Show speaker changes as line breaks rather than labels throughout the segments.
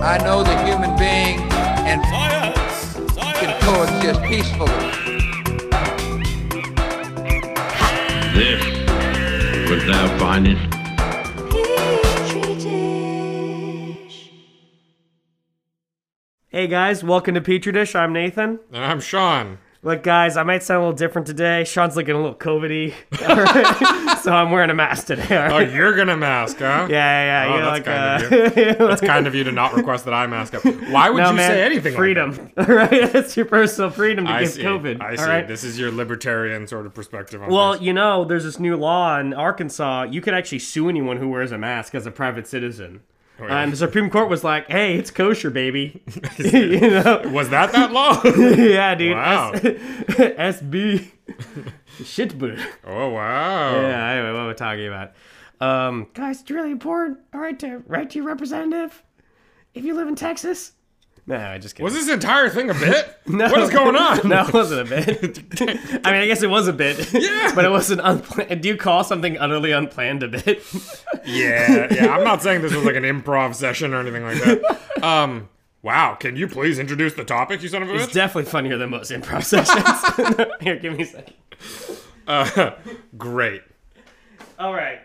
I know the human being and
Science!
can
Science!
coexist peacefully.
This was thou findest.
Hey guys, welcome to Petri Dish. I'm Nathan.
And I'm Sean.
Look, guys, I might sound a little different today. Sean's looking a little COVID y. so I'm wearing a mask today. all
Oh,
right?
you're gonna mask, huh?
Yeah, yeah, yeah.
Oh,
you
that's
like,
kind
uh,
of you. That's kind of you to not request that I mask up. Why would
no,
you
man,
say anything? Like
Freedom. All right, that's your personal freedom
that?
to
I
get
see.
COVID.
I
all
see.
right?
This is your libertarian sort of perspective on
Well,
this.
you know, there's this new law in Arkansas. You could actually sue anyone who wears a mask as a private citizen.
Oh, yeah.
And the Supreme Court was like, "Hey, it's kosher, baby." you know?
was that that law?
Yeah, dude.
Wow.
SB. Shit, boo.
oh wow.
Yeah, anyway, what we're talking about. Um, guys, it's really important. All right, to write to your representative if you live in Texas. No, I just kidding.
Was this entire thing a bit? What is going on?
No, it wasn't a bit. I mean, I guess it was a bit.
Yeah.
but it wasn't unplanned. Do you call something utterly unplanned a bit?
Yeah, yeah. I'm not saying this was like an improv session or anything like that. Um, wow. Can you please introduce the topic, you son of a
It's
bitch?
definitely funnier than most improv sessions. Here, give me a second.
Uh, great.
All right.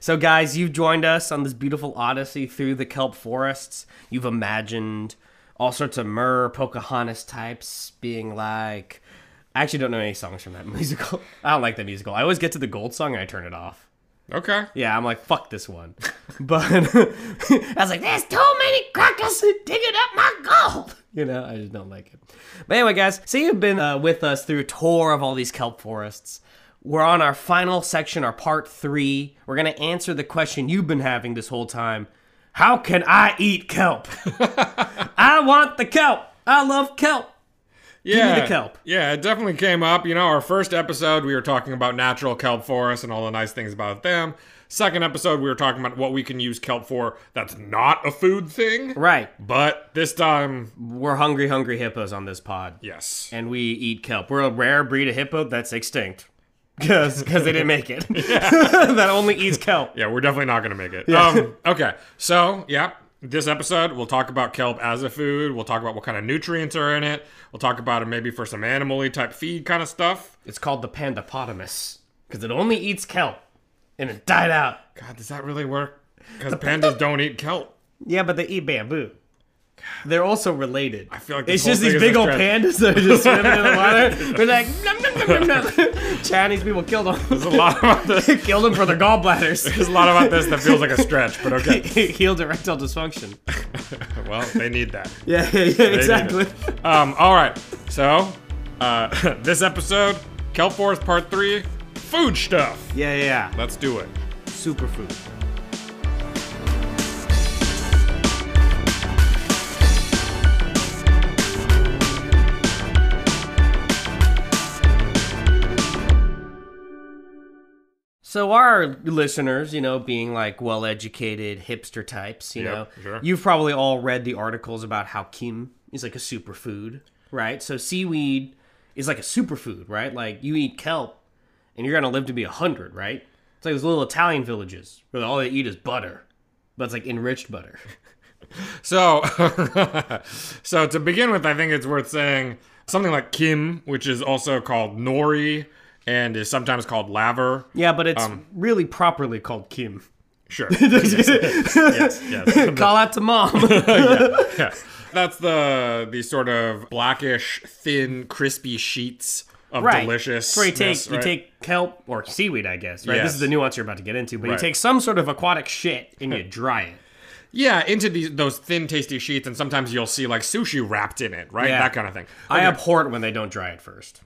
So, guys, you've joined us on this beautiful odyssey through the kelp forests. You've imagined all sorts of Myrrh, Pocahontas types being like. I actually don't know any songs from that musical. I don't like that musical. I always get to the gold song and I turn it off.
Okay.
Yeah, I'm like, fuck this one. But I was like, there's too many crackers digging up my gold. You know, I just don't like it. But anyway, guys, so you've been uh, with us through a tour of all these kelp forests. We're on our final section, our part three. We're going to answer the question you've been having this whole time How can I eat kelp? I want the kelp. I love kelp.
Yeah.
me the kelp.
Yeah, it definitely came up. You know, our first episode, we were talking about natural kelp forests and all the nice things about them. Second episode, we were talking about what we can use kelp for that's not a food thing.
Right.
But this time,
We're hungry, hungry hippos on this pod.
yes.
and we eat kelp. We're a rare breed of hippo that's extinct because they didn't make it. that only eats kelp.
Yeah, we're definitely not going to make it. Um, okay, so, yeah. This episode, we'll talk about kelp as a food. We'll talk about what kind of nutrients are in it. We'll talk about it maybe for some animal type feed kind of stuff.
It's called the pandapotamus because it only eats kelp, and it died out.
God, does that really work? Because pandas don't eat kelp.
Yeah, but they eat bamboo. They're also related. I
feel like this
it's just
whole
these
thing
big
is a
old
stretch.
pandas that are just swimming in the water. They're like, nom, nom, nom, nom, nom. Chinese people killed them.
There's a lot about this.
killed them for their gallbladders.
There's a lot about this that feels like a stretch, but okay.
Healed erectile dysfunction.
Well, they need that.
Yeah, yeah, yeah exactly.
Um, all right. So, uh, this episode, Kelp Forest Part 3, food stuff.
Yeah, yeah, yeah.
Let's do it.
Superfood. So our listeners, you know, being like well-educated hipster types, you
Yep,
know,
sure.
you've probably all read the articles about how kim is like a superfood, right? So seaweed is like a superfood, right? Like you eat kelp and you're gonna live to be a hundred, right? It's like those little Italian villages where all they eat is butter, but it's like enriched butter.
So, so to begin with, I think it's worth saying something like Kim, which is also called Nori and is sometimes called laver.
Yeah, but it's
Um,
really properly called kim.
Sure. yes, yes, yes.
Call out to mom.
Yeah. That's the the sort of blackish, thin, crispy sheets of
right.
delicious.
So you take you take kelp or seaweed, I guess. Right. This
Yes.
is the nuance you're about to get into, but you
Right.
take some sort of aquatic shit and you dry it.
Yeah, into these those thin, tasty sheets, and sometimes you'll see like sushi wrapped in it, right?
Yeah.
That kind of thing.
I abhor it when they don't dry it first.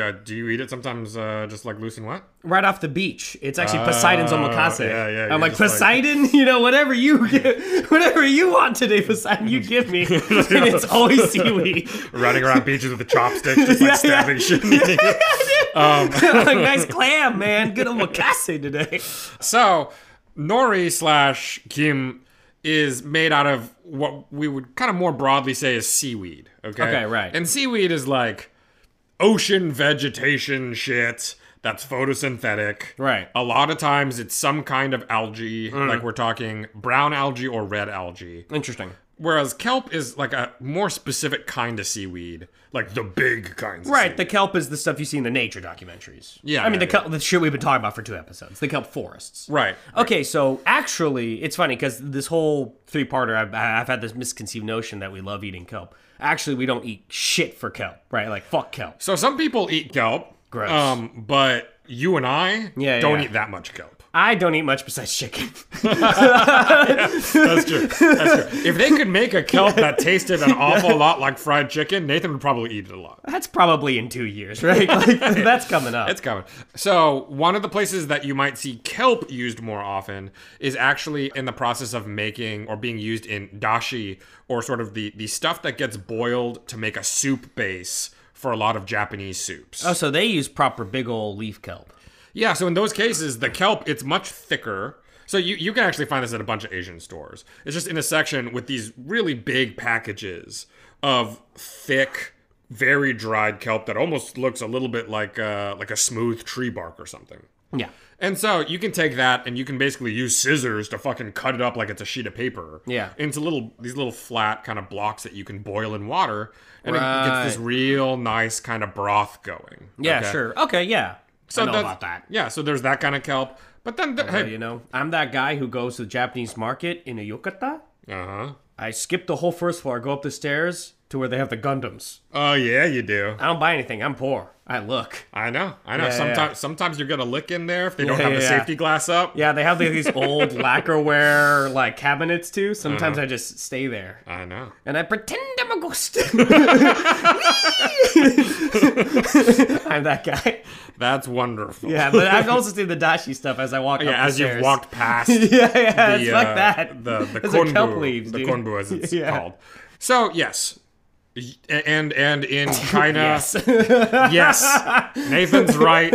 Uh, do you eat it sometimes, uh, just like loose and wet?
right off the beach. It's actually Poseidon's
Oh,
omakase.
yeah, yeah, you're
I'm like
just like-
Poseidon, you know, whatever you get, whatever you want today, Poseidon, you give me, and it's always seaweed.
Running around beaches with a chopstick, just like
Yeah, yeah.
stabbing shit. Um,
like nice clam, man. Good omakase today.
So, nori slash kim is made out of what we would kind of more broadly say is seaweed. Okay.
Okay, right.
And seaweed is like ocean vegetation shit that's photosynthetic.
Right. Mm.
A lot of times it's some kind of algae, like we're talking brown algae or red algae.
Interesting.
Whereas kelp is like a more specific kind of seaweed, like the big kinds. of
Right, the kelp is the stuff you see in the nature documentaries. I
Yeah,
mean
yeah,
the kelp, the shit we've been talking about for two episodes, the kelp forests.
Right.
Okay, so actually, it's funny because this whole three-parter, I've, I've had this misconceived notion that we love eating kelp. Actually, we don't eat shit for kelp, right? Like fuck kelp.
So some people eat kelp.
Gross.
Um, but you and I
Yeah,
don't
yeah.
eat that much kelp.
I don't eat much besides chicken.
That's true. That's true. If they could make a kelp that tasted an awful lot like fried chicken, Nathan would probably eat it a lot.
That's probably in two years, right? Like, that's coming up.
It's coming. So, one of the places that you might see kelp used more often is actually in the process of making or being used in dashi, or sort of the, the stuff that gets boiled to make a soup base for a lot of Japanese soups.
oh, so they use proper big old leaf kelp.
Yeah, so in those cases, the kelp it's much thicker. So you, you can actually find this at a bunch of Asian stores. It's just in a section with these really big packages of thick, very dried kelp that almost looks a little bit like uh, like a smooth tree bark or something.
Yeah.
And so you can take that and you can basically use scissors to fucking cut it up like it's a sheet of paper.
Yeah.
Into little these little flat kind of blocks that you can boil in water, and it gets this
Right.
real nice kind of broth going.
Yeah,
Okay?
sure. Okay, yeah. I know
that's-
about that.
Yeah, so there's that kind of kelp. But then, the,
You
hey,
know, I'm that guy who goes to the Japanese market in a yukata.
uh
I skip the whole first floor, go up the stairs to where they have the Gundams.
huh. Oh yeah, you do.
I don't buy anything. I'm poor. I look.
I know, I know.
Yeah, yeah,
sometimes,
yeah.
sometimes you're gonna lick in there if they don't
Yeah,
have the
yeah, yeah.
safety glass up.
Yeah, they have like, these old lacquerware like cabinets too. Sometimes
Uh-huh.
I just stay there.
I know.
and I pretend I'm a ghost. I'm that guy.
That's wonderful.
Yeah, but I've also seen the dashi stuff as I walk. up
Yeah,
the
as you've
stairs.
walked past.
Yeah, yeah, it's
the,
fuck
uh,
that.
The the
Those are
konbu,
kelp leaves,
the
dude.
konbu as it's
Yeah.
called. So yes, Y- and and in China,
Yes.
yes. Nathan's right.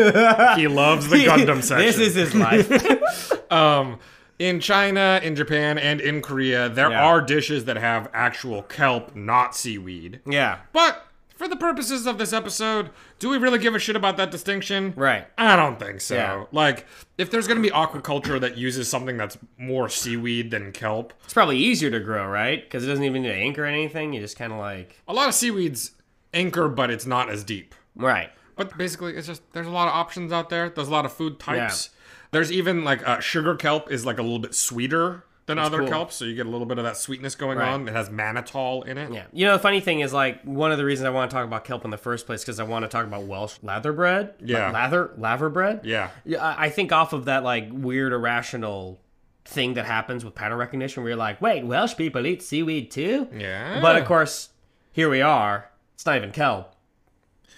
He loves the Gundam section.
This is his life.
Um, in China, in Japan, and in Korea, there
Yeah.
are dishes that have actual kelp, not seaweed.
yeah.
But for the purposes of this episode, do we really give a shit about that distinction?
Right.
I don't think so.
Yeah.
Like, if there's going to be aquaculture that uses something that's more seaweed than kelp,
It's probably easier to grow, right? Because it doesn't even need an anchor or anything. You just kind of like.
a lot of seaweeds anchor, but it's not as deep.
Right.
But basically, it's just there's a lot of options out there. There's a lot of food types. There's even like uh, sugar kelp is like a little bit sweeter than other
cool.
kelp, so you get a little bit of that sweetness going
Right.
on. It has mannitol in it.
Yeah. You know, the funny thing is, like, one of the reasons I want to talk about kelp in the first place because I want to talk about Welsh lather bread. Like,
Yeah.
lather, lather bread.
Yeah.
Yeah, I I think off of that like weird irrational thing that happens with pattern recognition, where you're like, wait, Welsh people eat seaweed too?
Yeah.
But of course, here we are. It's not even kelp.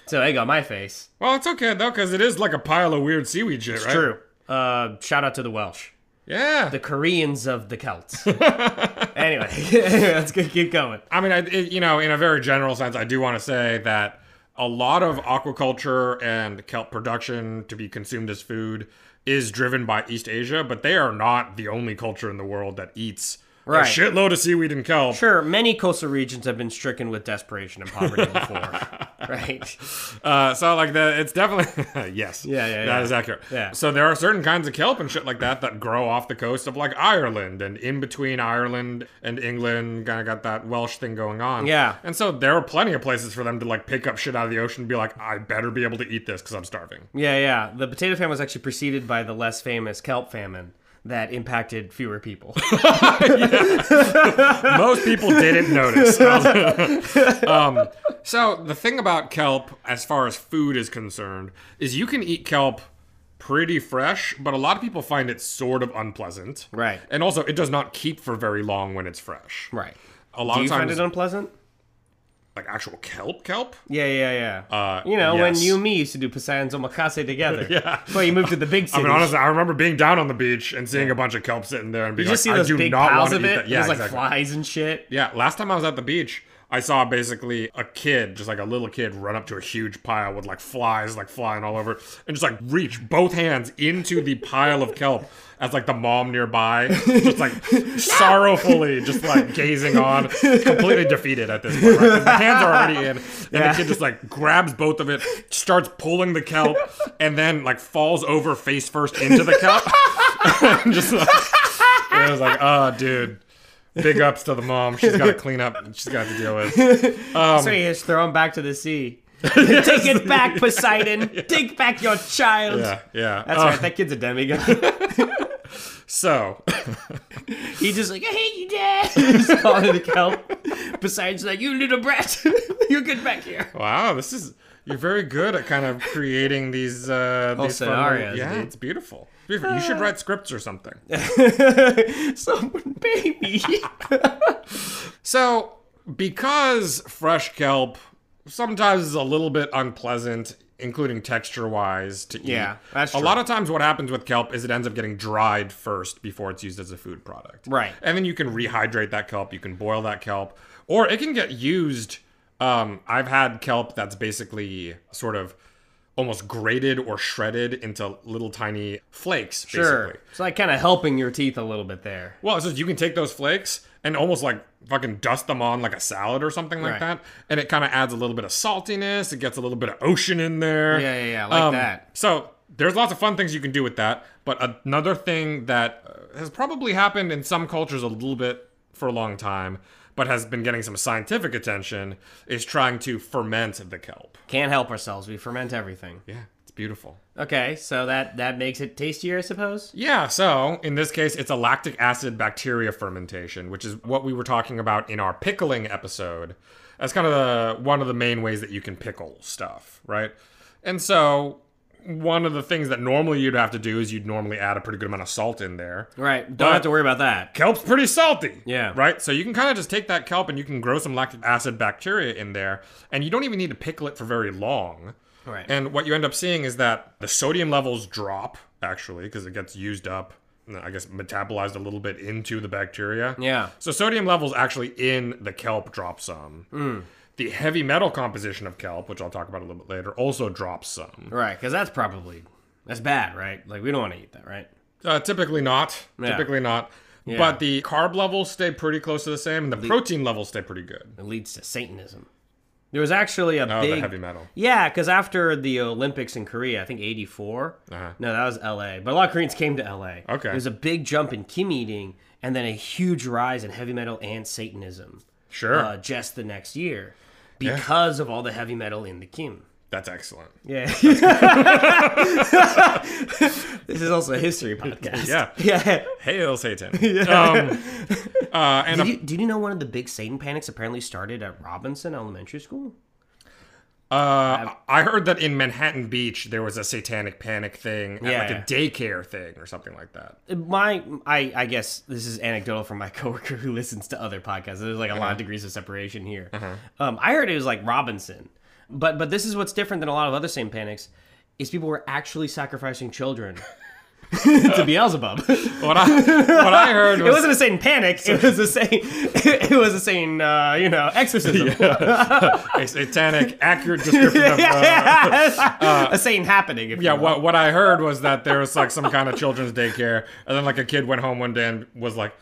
So egg on my face.
Well, it's okay though, because it is like a pile of weird seaweed shit, right?
True. Uh, shout out to the Welsh,
Yeah.
the Koreans of the Celts. anyway, let's go- keep going.
I mean, I, it- you know, in a very general sense, I do want to say that a lot of aquaculture and kelp production to be consumed as food is driven by East Asia, but they are not the only culture in the world that eats
Right.
a shitload of seaweed and kelp.
Sure, many coastal regions have been stricken with desperation and poverty before, right?
Uh, so like the it's definitely yes
Yeah, yeah,
that
yeah.
is accurate
Yeah.
so there are certain kinds of kelp and shit like that that grow off the coast of like Ireland and in between Ireland and England kind of got that Welsh thing going on
Yeah.
and so there are plenty of places for them to like pick up shit out of the ocean and be like I better be able to eat this because I'm starving
Yeah, yeah. The potato famine was actually preceded by the less famous kelp famine that impacted fewer people.
most people didn't notice um, so the thing about kelp as far as food is concerned is you can eat kelp pretty fresh but a lot of people find it sort of unpleasant
Right.
And also, it does not keep for very long when it's fresh.
right.
A lot
Do you
of times,
find it unpleasant?
like actual kelp kelp.
Yeah, yeah, yeah.
Uh,
you know, when
yes.
you and me used to do Poseidon's Omakase together. yeah. Before you moved to the big
I
city.
mean, honestly, I remember being down on the beach and seeing a bunch of kelp sitting there and
you
being
just see
like,
those
I do
big
not
piles
want
of
to eat
it.
that.
There's
Yeah,
like
exactly.
flies and shit.
Yeah, last time I was at the beach, I saw basically a kid, just like a little kid, run up to a huge pile with like flies like flying all over it, and just like reach both hands into the pile of kelp as like the mom nearby, just like sorrowfully, just like gazing on, completely defeated at this point. Right? 'Cause The hands are already in, and
Yeah.
the kid just like grabs both of it, starts pulling the kelp, and then like falls over face first into the kelp. And just like, and I was like, oh, dude. Big ups to the mom. She's got to clean up. and She's got to deal with. Um,
So you just throw him back to the sea. Take it back, Poseidon. Take back your child.
Yeah, yeah.
That's
Uh,
right. That kid's a demigod.
So,
He just like, I hate you, Dad. He's calling the kelp. Poseidon's like, you little brat. you get back here.
wow, this is you're very good at kind of creating these uh these fun little-
scenarios,
yeah,
dude. Uh.
it's beautiful. Beautiful. You should write scripts or something.
Someone, baby.
So, because fresh kelp sometimes is a little bit unpleasant, including texture wise, to eat.
Yeah, that's
A
true.
lot of times, what happens with kelp is it ends up getting dried first before it's used as a food product.
Right.
And then you can rehydrate that kelp, you can boil that kelp, or it can get used. Um, I've had kelp that's basically sort of almost grated or shredded into little tiny flakes,
sure.
basically.
It's like kind of helping your teeth a little bit there.
Well, it's just you can take those flakes and almost like fucking dust them on like a salad or something like
Right.
that. And it kind of adds a little bit of saltiness. It gets a little bit of ocean in there. Um,
Yeah, yeah, yeah, like that.
So there's lots of fun things you can do with that. But another thing that uh, has probably happened in some cultures a little bit for a long time, but has been getting some scientific attention, is trying to ferment the kelp.
Can't help ourselves. We ferment everything.
Yeah, it's beautiful.
Okay, so that that makes it tastier, I suppose.
Yeah, so in this case, it's a lactic acid bacteria fermentation, which is what we were talking about in our pickling episode. That's kind of the, one of the main ways that you can pickle stuff, right? And so one of the things that normally you'd have to do is you'd normally add a pretty good amount of salt in there.
Right. Don't
But-
have to worry about that.
Kelp's pretty salty.
Yeah.
Right? So you can kind of just take that kelp and you can grow some lactic acid bacteria in there, and you don't even need to pickle it for very long.
Right.
And what you end up seeing is that the sodium levels drop, actually, because it gets used up, I guess, metabolized a little bit into the bacteria.
Yeah.
So sodium levels actually in the kelp drop some.
Hmm.
The heavy metal composition of kelp, which I'll talk about a little bit later, also drops some.
Right, because that's probably that's bad, right? Like we don't want to eat that, right?
Uh, typically not.
Yeah.
Typically not. But the carb levels stay pretty close to the same, and the protein levels stay pretty good.
It leads to Satanism. There was actually a
Oh,
big
the heavy metal.
Yeah, because after the Olympics in Korea, I think '84.
Uh-huh.
No, that was L.A. But a lot of Koreans came to L.A.
Okay.
There was a big jump in Kim eating, and then a huge rise in heavy metal and Satanism.
Sure.
Uh, just the next year, because of all the heavy metal in the Kim.
That's excellent.
Yeah. this is also a history podcast.
Yeah.
Yeah.
Hail Satan. Um, uh, and
Did
a-
you, did you know one of the big Satan panics apparently started at Robinson Elementary School?
Uh, I heard that in Manhattan Beach there was a satanic panic thing, at
Yeah,
like
yeah.
a daycare thing or something like that.
My, I, I guess this is anecdotal from my coworker who listens to other podcasts. There's like a
Uh-huh.
lot of degrees of separation here. Um, I heard it was like Robinson, but but this is what's different than a lot of other Satan panics, is people were actually sacrificing children to Beelzebub. it
What I, what I heard was
wasn't a Satan panic. It was a Satan. It was a Satan. Uh, you know, exorcism.
a satanic accurate description of. Uh,
a Satan happening. If
yeah,
you will.
what what I heard was that there was like some kind of children's daycare, and then like a kid went home one day and was like.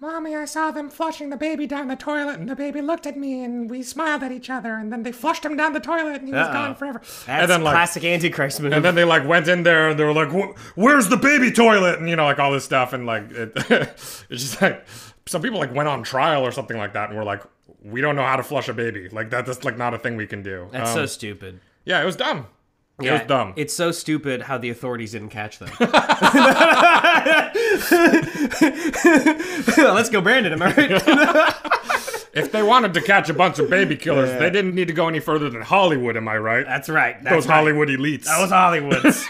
Mommy, I saw them flushing the baby down the toilet, and the baby looked at me, and we smiled at each other, and then they flushed him down the toilet, and he was
Uh-oh.
gone forever.
That's
and then, like,
classic Antichrist move.
And then they like went in there and they were like, "Wh- "Where's the baby toilet?" And you know, like all this stuff, and like it, it's just like some people like went on trial or something like that, and were like, "We don't know how to flush a baby. Like that, that's like not a thing we can do."
That's
Um,
so stupid.
yeah, it was dumb. It
Yeah,
was dumb.
It's so stupid how the authorities didn't catch them. Let's go, Brandon. Am I right?
if they wanted to catch a bunch of baby killers, they didn't need to go any further than Hollywood. Am I right?
That's right. That's
Those
right.
Hollywood elites.
That was Hollywood's.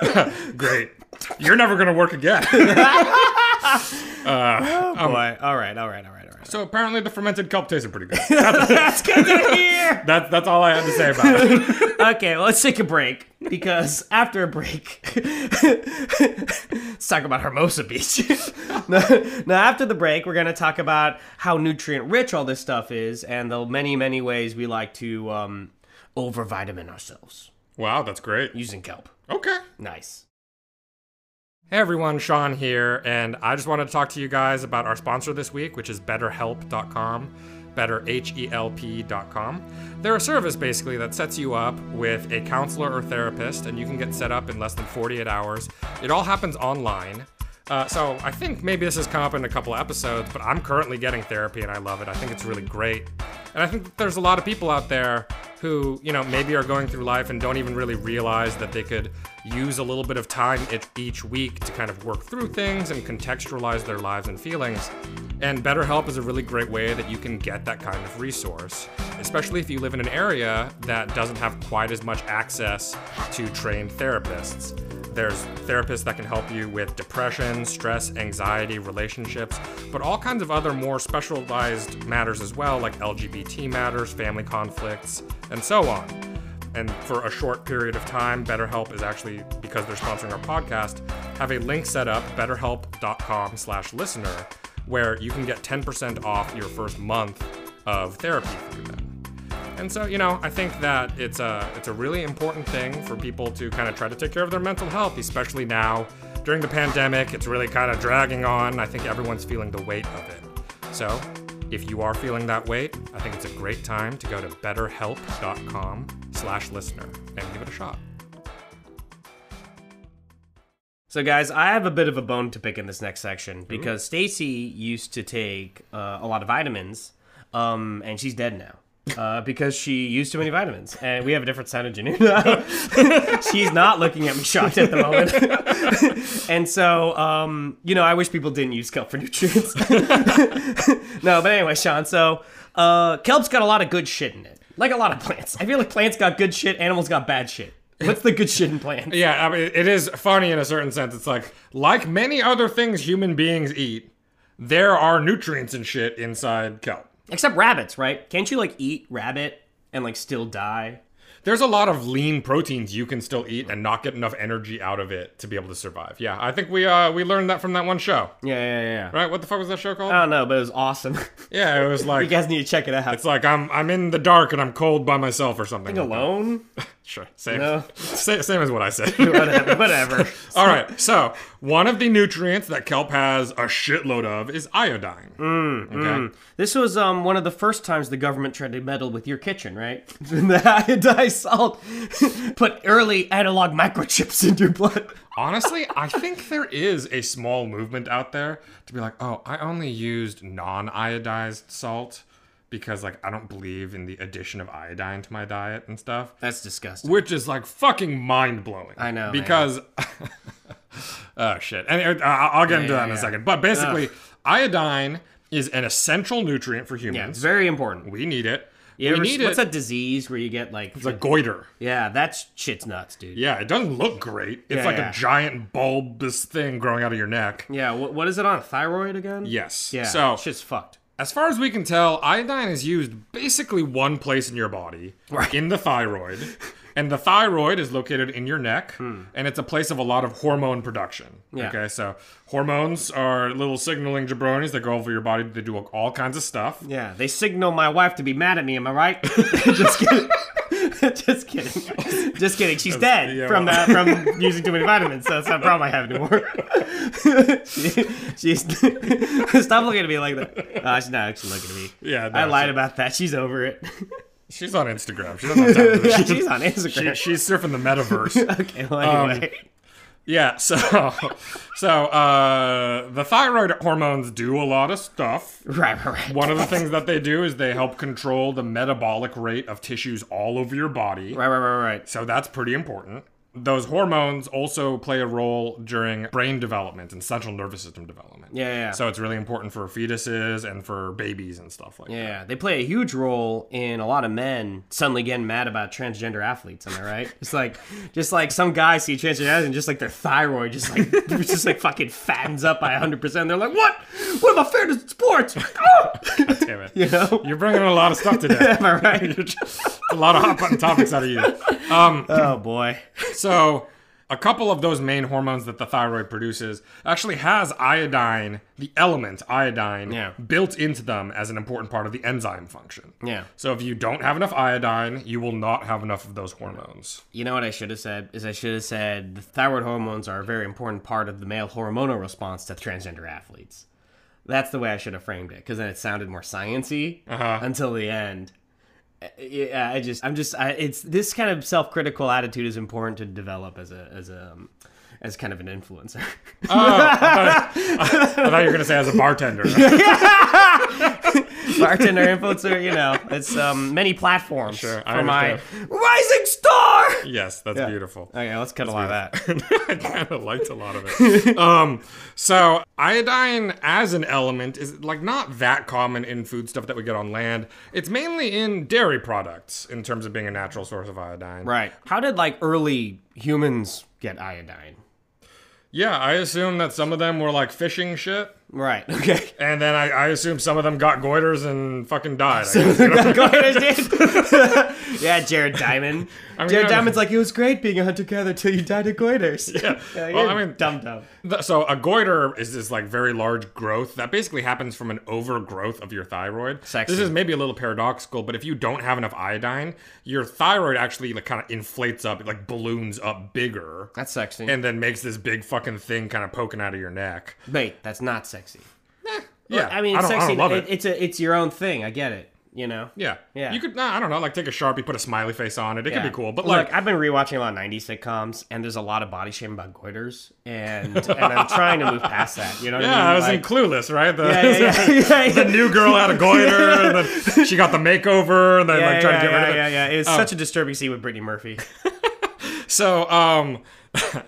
All right.
great. You're never gonna work again. Um,
Oh boy. All right. All right. All right. All right.
So apparently the fermented kelp tasted pretty good.
That's good to hear.
That, that's all I had to say about it.
Okay, well, let's take a break because after a break, let's talk about Hermosa Beach. now, after the break, we're going to talk about how nutrient rich all this stuff is and the many, many ways we like to um, over vitamin ourselves
Wow, that's great.
using kelp.
Okay.
Nice.
Hey everyone, Sean here, and I just wanted to talk to you guys about our sponsor this week, which is BetterHelp.com, better H-E-L-P.com. They're a service basically that sets you up with a counselor or therapist, and you can get set up in less than 48 hours. It all happens online. Uh, so I think maybe this has come up in a couple of episodes, but I'm currently getting therapy and I love it. I think it's really great, and I think that there's a lot of people out there who you know maybe are going through life and don't even really realize that they could use a little bit of time it, each week to kind of work through things and contextualize their lives and feelings. And BetterHelp is a really great way that you can get that kind of resource, especially if you live in an area that doesn't have quite as much access to trained therapists. There's therapists that can help you with depression, stress, anxiety, relationships, but all kinds of other more specialized matters as well, like LGBT matters, family conflicts, and so on. And for a short period of time, BetterHelp is actually, because they're sponsoring our podcast, have a link set up, betterhelp.com slash listener, where you can get 10% off your first month of therapy through them. And so, you know, I think that it's a it's a really important thing for people to kind of try to take care of their mental health, especially now during the pandemic. It's really kind of dragging on. I think everyone's feeling the weight of it. So, if you are feeling that weight, I think it's a great time to go to betterhelp.com/listener and give it a shot.
So, guys, I have a bit of a bone to pick in this next section because Stacy used to take uh, a lot of vitamins, um, and she's dead now. Uh, because she used too many vitamins, and we have a different sound engineer now. She's not looking at me shocked at the moment. and so, um, you know, I wish people didn't use kelp for nutrients. no, but anyway, Sean. So, uh, kelp's got a lot of good shit in it, like a lot of plants. I feel like plants got good shit, animals got bad shit. What's the good shit in plants?
Yeah, I mean, it is funny in a certain sense. It's like, like many other things human beings eat, there are nutrients and shit inside kelp.
Except rabbits, right? Can't you like eat rabbit and like still die?
There's a lot of lean proteins you can still eat and not get enough energy out of it to be able to survive. Yeah, I think we uh we learned that from that one show.
Yeah, yeah, yeah.
Right? What the fuck was that show called?
I don't know, but it was awesome.
yeah, it was
you
like
guys need to check it out.
it's like I'm I'm in the dark and I'm cold by myself or something. like that.
alone?
Sure. Same.
No.
Sa- same as what I said.
whatever. whatever.
All right. So one of the nutrients that kelp has a shitload of is iodine.
Mm,
okay.
This was um one of the first times the government tried to meddle with your kitchen, right? the iodized salt put early analog microchips in your blood.
Honestly, I think there is a small movement out there to be like, oh, I only used non iodized salt because, like, I don't believe in the addition of iodine to my diet and stuff,
That's disgusting.
which is like fucking mind blowing.
I know, man.
Because, oh shit. And I'll get into
yeah,
that in
yeah.
a second. But basically, iodine is an essential nutrient for
yeah, it's
humans.
very important.
we need it.
You
we
ever,
need
what's
it.
that disease where you get like?
it's a goiter.
yeah, that shit's nuts, dude.
Yeah, it doesn't look great. It's
Yeah,
like
yeah.
a giant bulbous thing growing out of your neck.
Yeah. What, what is it on? Thyroid again?
Yes.
Yeah.
So,
shit's fucked.
as far as we can tell, iodine is used basically one place in your body,
Right.
in the thyroid. and the thyroid is located in your neck, and it's a place of a lot of hormone production.
Hmm. Yeah.
Okay, so hormones are little signaling jabronis that go over your body. They do all kinds of stuff.
Yeah, they signal my wife to be mad at me. Am I right? Just kidding. Just kidding. Just kidding. She's dead
Oh, yeah,
from
well-
that from using too many vitamins. So that's not a problem I have anymore. she, she's stop looking at me like that. Uh, she's not actually looking at me.
Yeah,
I
no,
lied
she-
about that. She's over it.
She's on Instagram. She doesn't have time for this.
she's on
She, Um,
Instagram.
she's surfing the metaverse.
okay, well, anyway.
Yeah, so so uh, the thyroid hormones do a lot of stuff.
right, right, right.
One of the things that they do is they help control the metabolic rate of tissues all over your body.
Right, right, right, right.
So that's pretty important. Those hormones also play a role during brain development and central nervous system development.
Yeah, yeah.
So it's really important for fetuses and for babies and stuff like that.
Yeah, they play a huge role in a lot of men suddenly getting mad about transgender athletes. Am I right? It's like, just like some guys see transgender athletes and just like their thyroid just like just like fucking fattens up by hundred percent. They're like, what? What am I fair to sports? Oh!
Damn it.
you know?
You're bringing in a lot of stuff today.
Am I right?
a lot of hot button topics out of you. Um,
oh boy.
So, a couple of those main hormones that the thyroid produces actually has iodine, the element iodine,
Yeah.
built into them as an important part of the enzyme function.
Yeah.
So, if you don't have enough iodine, you will not have enough of those hormones.
You know what I should have said is I should have said the thyroid hormones are a very important part of the male hormonal response to transgender athletes. That's the way I should have framed it because then it sounded more sciency
Uh-huh.
until the end. Uh, Yeah, I just, I'm just, I, it's this kind of self-critical attitude is important to develop as a, as a, um, as kind of an influencer.
I thought you were going to say as a bartender.
Bartender influencer, you know, it's um, many platforms
Sure, I
for my
understand.
rising star.
yes, that's beautiful.
Okay, let's cut a lot of that.
I kind of liked a lot of it. Um, so iodine as an element is like not that common in food stuff that we get on land. It's mainly in dairy products in terms of being a natural source of iodine.
Right. How did like early humans get iodine?
Yeah, I assume that some of them were like fishing shit,
Right. Okay.
and then I, I assume some of them got goiters and fucking died. I guess.
Go ahead, dude. yeah, Jared Diamond.
mean,
Jared
I-
Diamond's like, it was great being a hunter gatherer till you died of goiters. Yeah.
well,
you're
I mean-
dumb dumb.
Th- So a goiter is this like very large growth that basically happens from an overgrowth of your thyroid.
Sexy.
This is maybe a little paradoxical, but if you don't have enough iodine, your thyroid actually like kind of inflates up, it, like balloons up bigger,
That's sexy.
and then makes this big fucking thing kind of poking out of your neck.
Wait, that's not sexy.
Yeah,
I mean,
I
it's
don't, I
sexy.
don't love
it-
it.
It's a, it's your own thing. I get it. You know.
yeah,
Yeah.
You could, nah, I don't know, like take a sharpie, put a smiley face on it. It could be cool, but like,
Look, I've been rewatching a lot of '90s sitcoms, and there's a lot of body shaming about goiters, and and I'm trying to move past that. You know what
yeah, I
I mean?
was
Like-
in Clueless, right? The,
Yeah, yeah, yeah, yeah, yeah.
the new girl had a goiter, and then she got the makeover, and then
yeah,
like trying
yeah,
to get rid
yeah,
of it. Oh.
yeah, yeah. It's such a disturbing scene with Brittany Murphy.
So, um,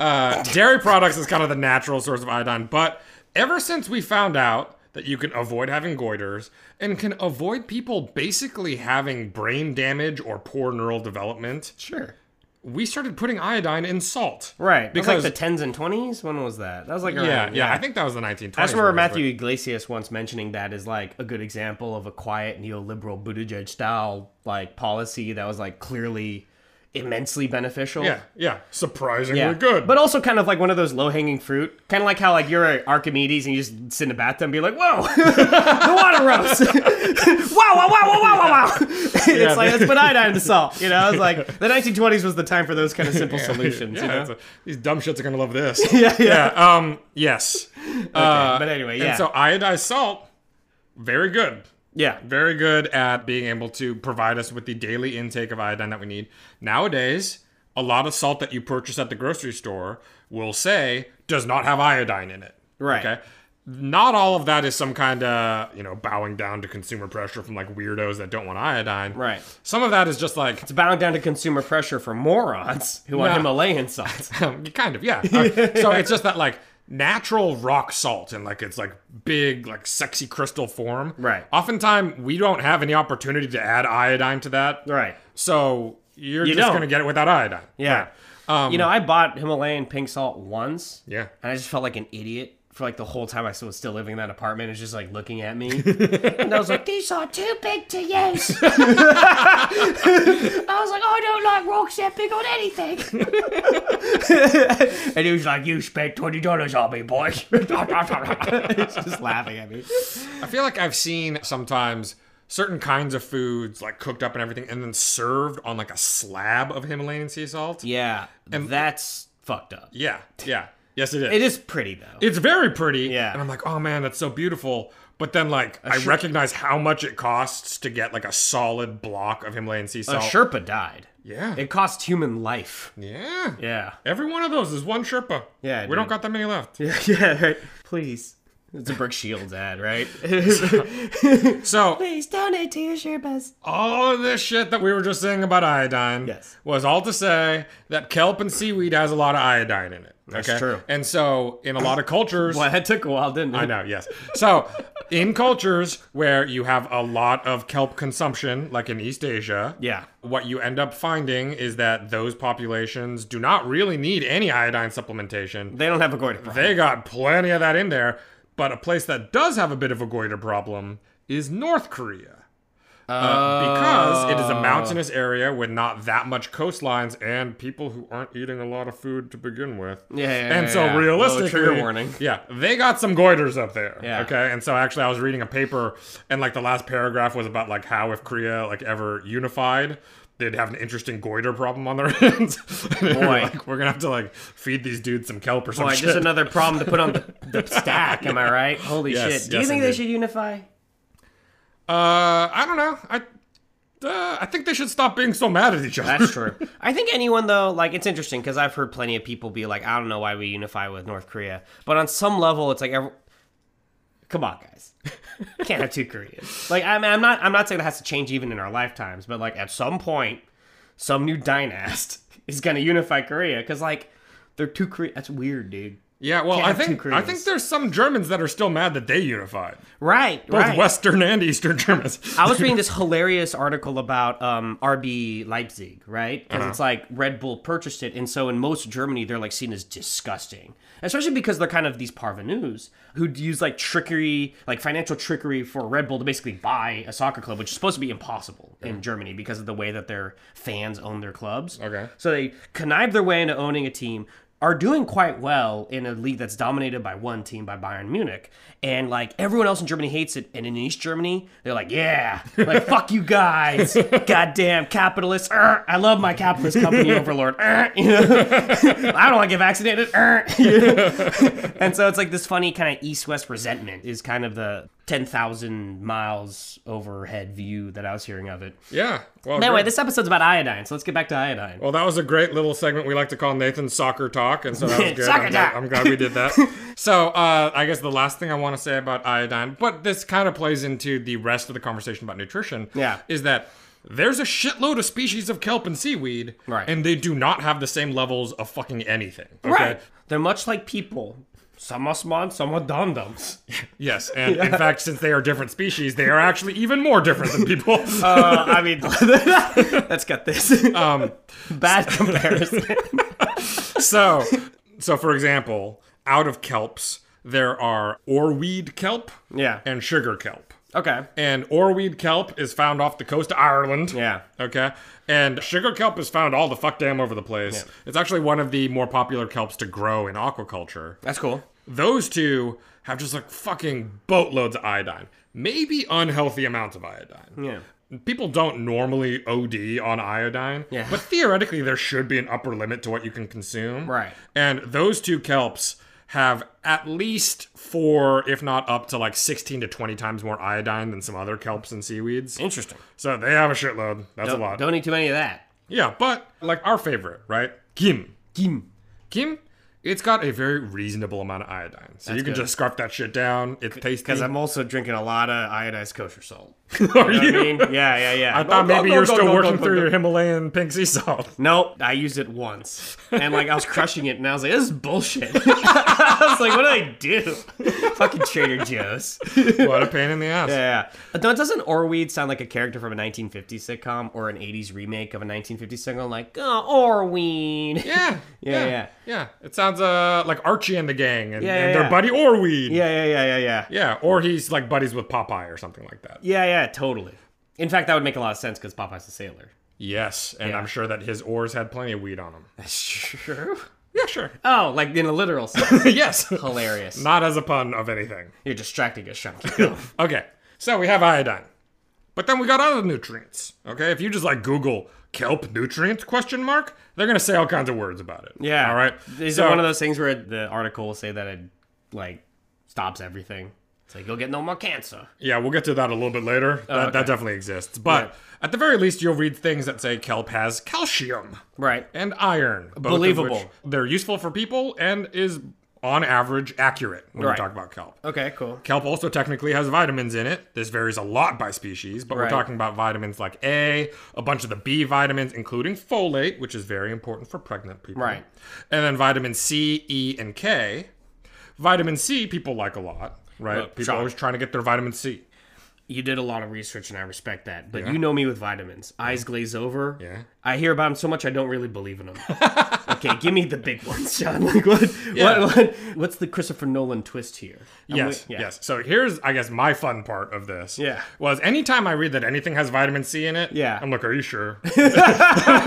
uh, dairy products is kind of the natural source of iodine, but ever since we found out that you can avoid having goiters and can avoid people basically having brain damage or poor neural development,
sure.
we started putting iodine in salt.
Right. Because
Because
like the tens and twenties. When was that? That was like around,
yeah, yeah, I think that was the 1920s.
I just remember
when it was,
Matthew Iglesias once mentioning that as like a good example of a quiet neoliberal Buttigieg style like policy that was like clearly immensely beneficial.
but- Yeah, yeah, surprisingly
Yeah.
good.
But also kind of like one of those low hanging fruit. Kind of like how like you're at Archimedes and you just sit in a bathtub and be like, whoa, the water rose. wow, wow, wow, wow, wow, wow, wow. it's like, let's put iodine in the salt. You know, it's like the 1920s was the time for those kind of simple solutions.
yeah,
you know?
it's a- these dumb shits are gonna love this. yeah, yeah. Um, yes. Uh,
but anyway, yeah.
And so iodized salt, very good.
yeah.
very good at being able to provide us with the daily intake of iodine that we need. Nowadays, a lot of salt that you purchase at the grocery store will say does not have iodine in it.
Right.
Okay. Not all of that is some kind of, you know, bowing down to consumer pressure from like weirdos that don't want iodine.
Right.
Some of that is just like
It's bowing down to consumer pressure for morons who want
Yeah.
Himalayan salt.
Um, kind of, yeah. Uh, so it's just that like natural rock salt and like it's like big, like sexy crystal form.
Right.
Oftentimes we don't have any opportunity to add iodine to that.
Right.
So you're
You
just
don't.
gonna get it without iodine.
Yeah.
Um,
you know, I bought Himalayan pink salt once.
Yeah.
And I just felt like an idiot for like the whole time I still- was still living in that apartment. It was just like looking at me. and I was like, these are too big to use. I was like, "Oh, I don't like rocks that big on anything. and he was like, you spent $20 on me, boy. He's just laughing at me.
I feel like I've seen sometimes certain kinds of foods like cooked up and everything and then served on like a slab of Himalayan sea salt.
Yeah. that's fucked up.
Yeah. Yeah. Yes, it is.
It is pretty though.
It's very pretty.
Yeah.
And I'm like, oh man, that's so beautiful. But then like I recognize how much it costs to get like a solid block of Himalayan sea
A
salt.
Sherpa died.
Yeah.
It cost human life.
yeah.
Yeah.
Every one of those is one Sherpa.
Yeah,
We don't
dude.
got that many left.
Yeah, right. Please. It's a Brooke Shields ad, right?
So
Please donate to your share bus.
all of this shit that we were just saying about iodine
Yes.
was all to say that kelp and seaweed has a lot of iodine in it. That's
true.
And so in a lot of cultures,
Well, that took a while, didn't it?
I know, yes. So, in cultures where you have a lot of kelp consumption, like in East Asia,
Yeah.
what you end up finding is that those populations do not really need any iodine supplementation.
They don't have a goiter problem.
They got plenty of that in there, but a place that does have a bit of a goiter problem is North Korea. Uh, because it is a mountainous area with not that much coastlines and people who aren't eating a lot of food to begin with.
Yeah, yeah,
and
yeah,
so
yeah. Little
realistically,
trigger warning.
Yeah, they got some goiters up there.
Yeah.
Okay, and so actually, I was reading a paper, and like the last paragraph was about like how if Korea like ever unified. They'd have an interesting goiter problem on their hands. Boy,
Boy.
like, we're gonna have to like feed these dudes some kelp or some
Boy,
shit.
just another problem to put on the, the stack. Am I right? Holy
Yes,
shit! Do
yes,
you think
indeed.
they should unify?
Uh, I don't know. I uh, I think they should stop being so mad at each other.
That's true. I think anyone though, like it's interesting because I've heard plenty of people be like, I don't know why we unify with North Korea, but on some level, it's like, every... come on, guys, can't have two Koreas. Like, I mean, I'm not, I'm not saying it has to change even in our lifetimes, but like at some point, some new dynast is gonna unify Korea because like they're two Korea. That's weird, dude.
Yeah, well,
Can't
I
have two
think I
Koreas.
think there's some Germans that are still mad that they unified,
Right,
both
right.
Western and Eastern Germans.
I was reading this hilarious article about um, RB Leipzig, right? Because it's like Red Bull purchased it, and so in most Germany they're like seen as disgusting, especially because they're kind of these parvenus who use like trickery, like financial trickery for Red Bull to basically buy a soccer club, which is supposed to be impossible in Germany because of the way that their fans own their clubs.
Okay.
So they connive their way into owning a team, are doing quite well in a league that's dominated by one team, by Bayern Munich. And like everyone else in Germany hates it. And in East Germany, they're like, yeah, like fuck you guys. Goddamn capitalists. Er, I love my capitalist company overlord. Er, you know? I don't want to get vaccinated. Er, you know? and so it's like this funny kind of East West resentment is kind of the 10,000 miles overhead view that I was hearing of it.
yeah. Well,
Anyway,
great.
this episode's about iodine. So let's get back to iodine.
Well, that was a great little segment we like to call Nathan's Soccer Talk, and so that was good.
Soccer
I'm, glad-
talk.
I'm glad we did that. so, uh, I guess the last thing I want to say about iodine, but this kind of plays into the rest of the conversation about nutrition,
Yeah.
is that there's a shitload of species of kelp and seaweed,
Right.
and they do not have the same levels of fucking anything. Okay?
Right. They're much like people. Some are smart, some are dum dums.
Yes, and in fact, since they are different species, they are actually even more different than people.
Uh, I mean, let's cut this.
um,
Bad comparison.
so, so for example, out of kelps, there are orweed kelp,
Yeah.
and sugar kelp.
okay.
And orweed kelp is found off the coast of Ireland.
Yeah.
Okay. And sugar kelp is found all the fuck damn over the place. It's actually one of the more popular kelps to grow in aquaculture.
That's cool.
Those two have just like fucking boatloads of iodine, maybe unhealthy amounts of iodine.
Yeah.
people don't normally OD on iodine,
Yeah.
but theoretically there should be an upper limit to what you can consume.
Right.
And those two kelps have at least four, if not up to like 16 to 20 times more iodine than some other kelps and seaweeds.
Interesting.
So they have a shitload. That's
Don't,
a lot.
don't eat too many of that.
Yeah, but like our favorite, right? Kim.
Kim.
Kim, it's got a very reasonable amount of iodine. So you can
good.
just scarf that shit down. It's tasty.
Because I'm also drinking a lot of iodized kosher salt.
Are
You know what I
you?
mean? Yeah, yeah, yeah.
I thought maybe you were still working through your Himalayan pink sea salt.
No, I used it once, and like I was crushing it, and I was like, "This is bullshit." I was like, "What did I do?" Fucking Trader Joe's.
What a pain in the ass.
Yeah. But No, doesn't Orweed sound like a character from a 1950s sitcom or an 80s remake of a 1950s sitcom? Like, oh, Orweed. Yeah,
Yeah,
Yeah,
yeah,
yeah.
yeah. It sounds uh like Archie and the gang, and,
Yeah,
and
yeah,
their
yeah.
buddy Orweed.
yeah, yeah, yeah, yeah.
yeah, or he's like buddies with Popeye or something like that.
Yeah, yeah, totally. In fact, that would make a lot of sense because Popeye's a sailor.
Yes, and
Yeah.
I'm sure that his oars had plenty of weed on them.
Sure.
Yeah, sure.
Oh, like in a literal sense.
yes,
Hilarious.
not as a pun of anything.
You're distracting us, Shunky.
Okay, so we have iodine, but then we got other nutrients. Okay, if you just like Google kelp nutrient question mark, they're gonna say all kinds of words about it.
yeah.
all right.
Is
So-
it one of those things where the article will say that it like stops everything? It's like you'll get no more cancer.
Yeah, we'll get to that a little bit later. that, that
Oh, okay.
definitely exists, but.
Yeah.
At the very least, you'll read things that say kelp has calcium.
Right.
and iron. both of
Believable.
which they're useful for people and is on average accurate when
Right.
we talk about kelp.
Okay, cool.
Kelp also technically has vitamins in it. This varies a lot by species, but
Right.
we're talking about vitamins like A, a bunch of the B vitamins, including folate, which is very important for pregnant people.
Right.
And then vitamin C, E, and K. Vitamin C, people like a lot, right?
Look,
people
Sean.
are always trying to get their vitamin C.
You did a lot of research, and I respect that. But you know me with vitamins. Eyes glaze over.
Yeah.
I hear about them so much, I don't really believe in them. okay, give me the big ones, John. Like what?
Yeah.
What, what? What's the Christopher Nolan twist here? I'm
yes,
wi- yeah.
yes. So here's, I guess, my fun part of this.
Yeah.
Was anytime I read that anything has vitamin C in it,
Yeah.
I'm like, are you sure? because,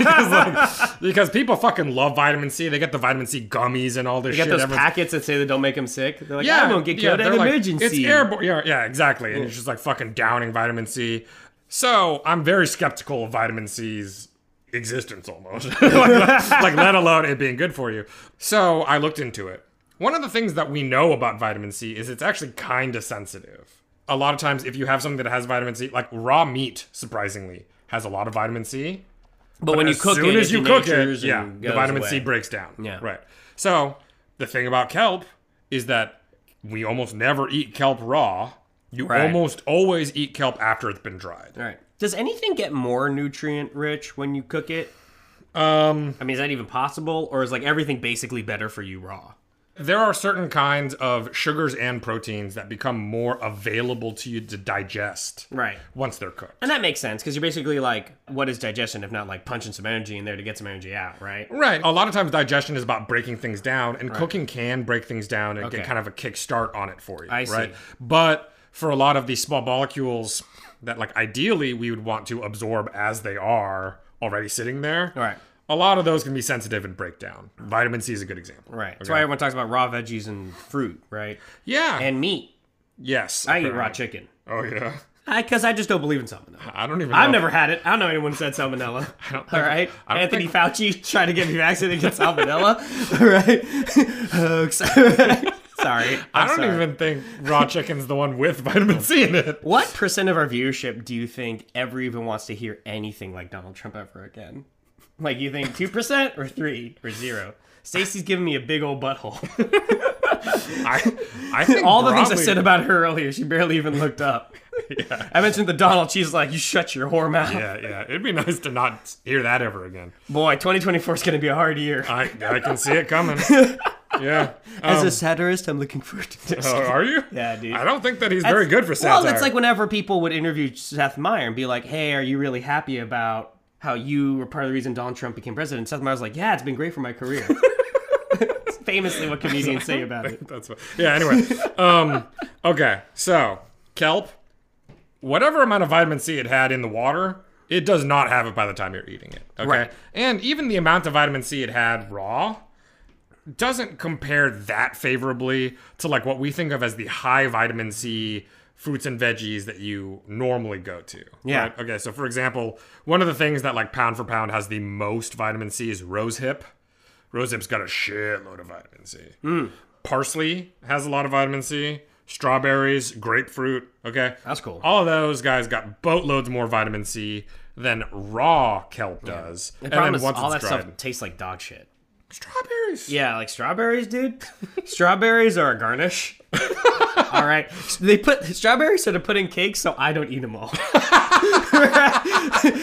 like, because people fucking love vitamin C. They get the vitamin C gummies and all this
You
shit.
got those
Everyone's-
packets that say they don't make them sick. They're like, yeah, I don't get killed
they're
at an
like,
emergency.
It's airborne. Yeah, yeah, exactly. And it's just like fucking downing vitamin C. So I'm very skeptical of vitamin C's existence almost. like, like, let alone it being good for you. So I looked into it. One of the things that we know about vitamin C is it's actually kind of sensitive. A lot of times, if you have something that has vitamin C, like raw meat, surprisingly, has a lot of vitamin C.
But when you
As
cook
soon
it,
as you cook it,
denatures
yeah,
and
the
goes
vitamin
away.
C breaks down.
Yeah.
right. So the thing about kelp is that we almost never eat kelp raw. You
Right.
almost always eat kelp after it's been dried.
All right. Does anything get more nutrient rich when you cook it?
Um,
I mean, is that even possible, or is like everything basically better for you raw?
there are certain kinds of sugars and proteins that become more available to you to digest.
Right.
Once they're cooked.
And that makes sense because you're basically like, what is digestion if not like punching some energy in there to get some energy out, right?
Right. A lot of times digestion is about breaking things down, and cooking can break things down and
Okay.
get kind of a kickstart on it for you.
I see.
Right. But for a lot of these small molecules that, like, ideally we would want to absorb as they are already sitting there.
Right.
A lot of those can be sensitive and break down. Vitamin C is a good example.
Right. That's why everyone talks about raw veggies and fruit, right?
Yeah.
And meat.
yes.
I eat raw
apparently.
chicken.
Oh yeah.
Because I, just don't believe in salmonella.
I don't even.
I've
know.
never had it. I don't know anyone said salmonella.
don't think-
All right.
I don't
Anthony
think-
Fauci trying to get me vaccinated against salmonella. All right. Hoax. All right. Sorry. I'm
I don't
sorry.
even think raw chicken's the one with vitamin C in it.
What percent of our viewership do you think ever even wants to hear anything like Donald Trump ever again? Like you think two percent or three or zero? Stacey's giving me a big old butthole.
I, I think
All the things I
broadly-
said about her earlier, she barely even looked up. I mentioned the Donald. She's like, "You shut your whore mouth,
Yeah, yeah. It'd be nice to not hear that ever again.
boy." 2024 is gonna be a hard year.
I, I can see it coming. Yeah.
As
Um,
a satirist, I'm looking forward to this.
oh, are you?
Yeah, dude.
I don't think that he's very good for satire.
Well, that's like whenever people would interview Seth Meyer and be like, "Hey, are you really happy about how you were part of the reason Donald Trump became president?" Seth Meyer's like, "Yeah, it's been great for my career." It's famously what comedians say about it.
That's what, yeah. Anyway, um, okay. So kelp, whatever amount of vitamin C it had in the water, it does not have it by the time you're eating it. Okay,
Right.
and even the amount of vitamin C it had raw doesn't compare that favorably to like what we think of as the high vitamin C fruits and veggies that you normally go to.
Yeah.
Okay, so for example, one of the things that like pound for pound has the most vitamin C is rose hip. Rose hip's got a shitload of vitamin C.
Hmm.
Parsley has a lot of vitamin C. Strawberries, grapefruit. Okay,
That's cool.
All of those guys got boatloads more vitamin C than raw kelp does.
The
And
problem
then
is
once
all that
it's
stuff
dried-
tastes like dog shit.
strawberries.
Yeah, like strawberries, dude. strawberries are a garnish. all right, they put strawberries sort of put in cakes, so I don't eat them all.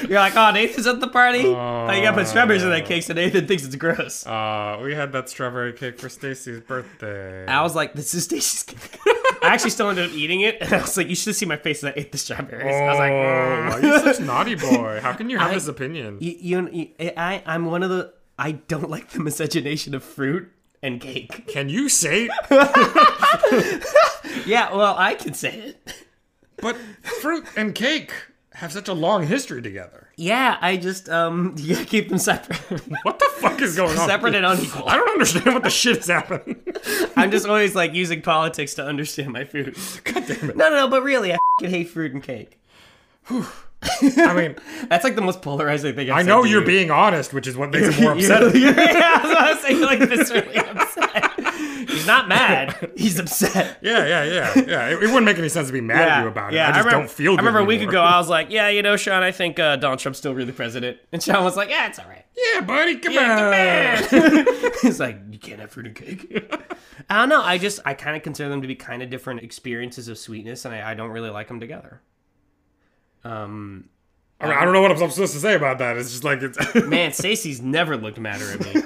You're like, oh, Nathan's at the party. Oh, you gotta put strawberries in that cake, so Nathan thinks it's gross.
Uh, we had that strawberry cake for Stacy's birthday.
I was like, this is Stacey's cake. I actually still ended up eating it, and I was like, you should have seen my face when I ate the strawberries. I was like, "Mm."
Oh, you're such naughty boy. How can you have this opinion?
you, you, you- I, I'm one of the, I don't like the miscegenation of fruit and cake.
Can you say?
Yeah, well, I can say it.
But fruit and cake have such a long history together.
Yeah, I just, um, you gotta keep them separate,
What the fuck is going on?
separate and unequal.
I don't understand what the shit is happening.
I'm just always like using politics to understand my food.
God damn it.
No, no, no, but really, I fing hate fruit and cake.
I mean,
That's like the most polarizing thing I've
I
said
know
to
you're
you.
being honest, which is what makes it more upsetting.
yeah, I was about to say, like this really upset. He's not mad. He's upset.
Yeah, yeah, yeah, yeah. It, it wouldn't make any sense to be mad at you about it. I just
remember,
don't feel good.
I remember a week
anymore.
ago, I was like, yeah, you know, Sean, I think uh, Donald Trump's still really president. And Sean was like, yeah, it's all right.
Yeah, buddy, come on.
Yeah, come on. He's like, you can't have fruit and cake. I don't know. I just, I kind of consider them to be kind of different experiences of sweetness, and I, I don't really like them together. Um,
I, mean, I don't know what I'm supposed to say about that. It's just like it's.
man, Stacey's never looked madder at me.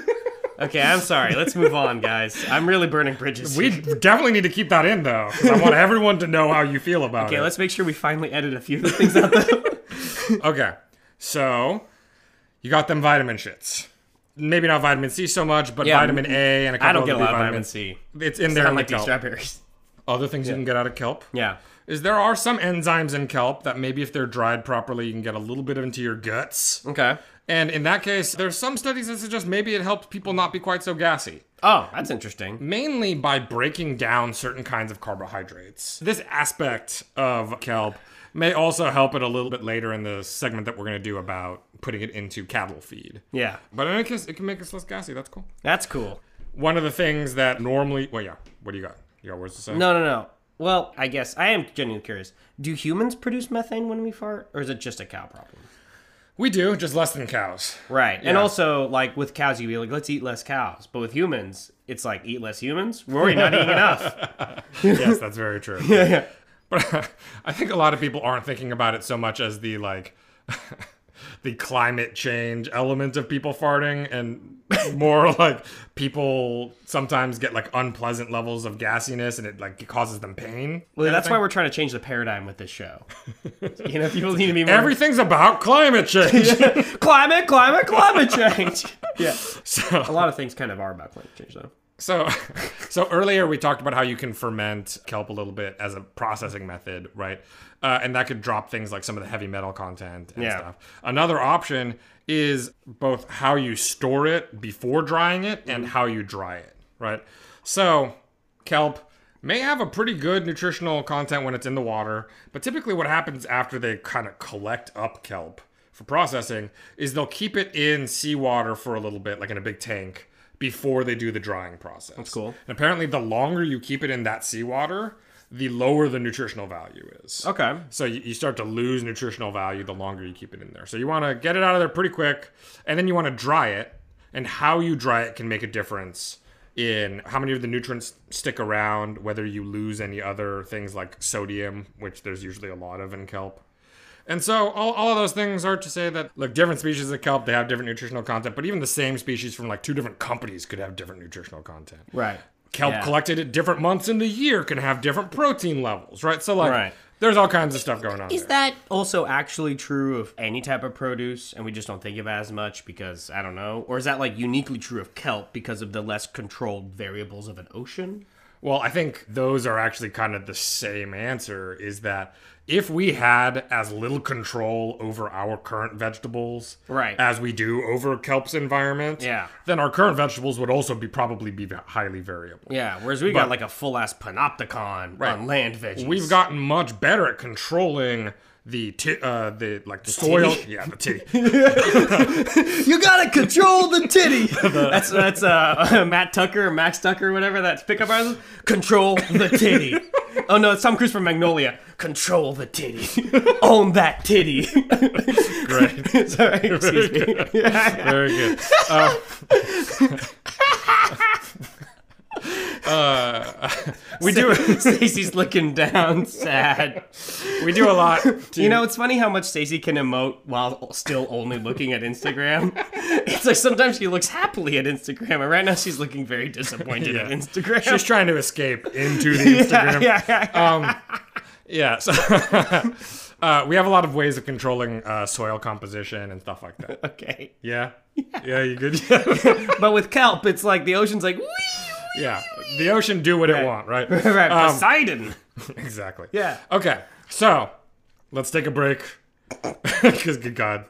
Okay, I'm sorry. Let's move on, guys. I'm really burning bridges.
we
here.
definitely need to keep that in though. 'cause I want everyone to know how you feel about
Okay,
it.
let's make sure we finally edit a few of the things out there.
Okay. So you got them vitamin shits. Maybe not vitamin C so much, but
Yeah,
vitamin A and a couple
I don't get a
of
lot of
the
vitamin
vitamins.
C.
It's in there
Not
in the
like these
kelp.
strawberries.
Other things you can get out of kelp
Yeah.
is there are some enzymes in kelp that maybe if they're dried properly, you can get a little bit into your guts.
Okay.
And in that case, there's some studies that suggest maybe it helps people not be quite so gassy,
Oh, that's interesting.
mainly by breaking down certain kinds of carbohydrates. This aspect of kelp may also help it a little bit later in the segment that we're going to do about putting it into cattle feed.
Yeah.
But in any case, it can make us less gassy. That's cool.
That's cool.
One of the things that normally, well, yeah. What do you got? You got words to say?
No, no, no. Well, I guess I am genuinely curious. Do humans produce methane when we fart, or is it just a cow problem?
We do, just less than cows.
Right. And
Yeah.
also, like with cows, you'd be like, let's eat less cows. But with humans, it's like, eat less humans? We're already not eating enough.
yes, that's very true. Yeah, yeah. But I think a lot of people aren't thinking about it so much as the like the climate change element of people farting and more like people sometimes get like unpleasant levels of gassiness and it like causes them pain.
Well, that's why we're trying to change the paradigm with this show. You know, people need to be more
Everything's about climate change.
climate, climate, climate change. yeah.
So
A lot of things kind of are about climate change, though.
So, so earlier we talked about how you can ferment kelp a little bit as a processing method, right? Uh, and that could drop things like some of the heavy metal content and
Yeah.
stuff. Another option is both how you store it before drying it and how you dry it, right? So, kelp may have a pretty good nutritional content when it's in the water, but typically what happens after they kind of collect up kelp for processing is they'll keep it in seawater for a little bit, like in a big tank, before they do the drying process. That's
cool.
And apparently, the longer you keep it in that seawater, the lower the nutritional value is.
Okay.
So you, you start to lose nutritional value the longer you keep it in there. So you want to get it out of there pretty quick, and then you want to dry it. And how you dry it can make a difference in how many of the nutrients stick around, whether you lose any other things like sodium, which there's usually a lot of in kelp. And so all, all of those things are to say that look, different species of kelp they have different nutritional content, but even the same species from like two different companies could have different nutritional content.
Right.
Kelp
Yeah.
collected at different months in the year can have different protein levels, right? So like
Right.
there's all kinds of stuff going on.
Is
there.
that also actually true of any type of produce and we just don't think of it as much because I don't know? Or is that like uniquely true of kelp because of the less controlled variables of an ocean?
Well, I think those are actually kind of the same answer is that if we had as little control over our current vegetables
Right.
as we do over kelp's environment,
Yeah.
then our current vegetables would also be probably be highly variable.
Yeah, whereas we got like a full ass panopticon
Right.
on land veggies.
We've gotten much better at controlling the ti- uh, the like the soil.
titty?
Yeah, the titty.
you gotta control the titty. that's that's uh, Matt Tucker, Max Tucker, whatever that pickup artist. is. Control the titty. oh no, it's Tom Cruise from Magnolia. Control the titty. Own that titty.
Great.
Sorry, excuse me.
Very good. Uh, uh, we do
Stacey's looking down, sad.
we do a lot. To,
You know, it's funny how much Stacey can emote while still only looking at Instagram. it's like sometimes she looks happily at Instagram, and right now she's looking very disappointed
Yeah.
at Instagram.
she's trying to escape into the Instagram.
yeah, yeah, yeah.
Um, Yeah, so- uh, we have a lot of ways of controlling uh, soil composition and stuff like that.
okay.
Yeah. Yeah, you good? Yeah.
But with kelp, it's like the ocean's like, wee!
yeah. The ocean do what it want, right?
Right,
Um,
Poseidon.
Exactly.
Yeah.
Okay. So let's take a break. Because good God.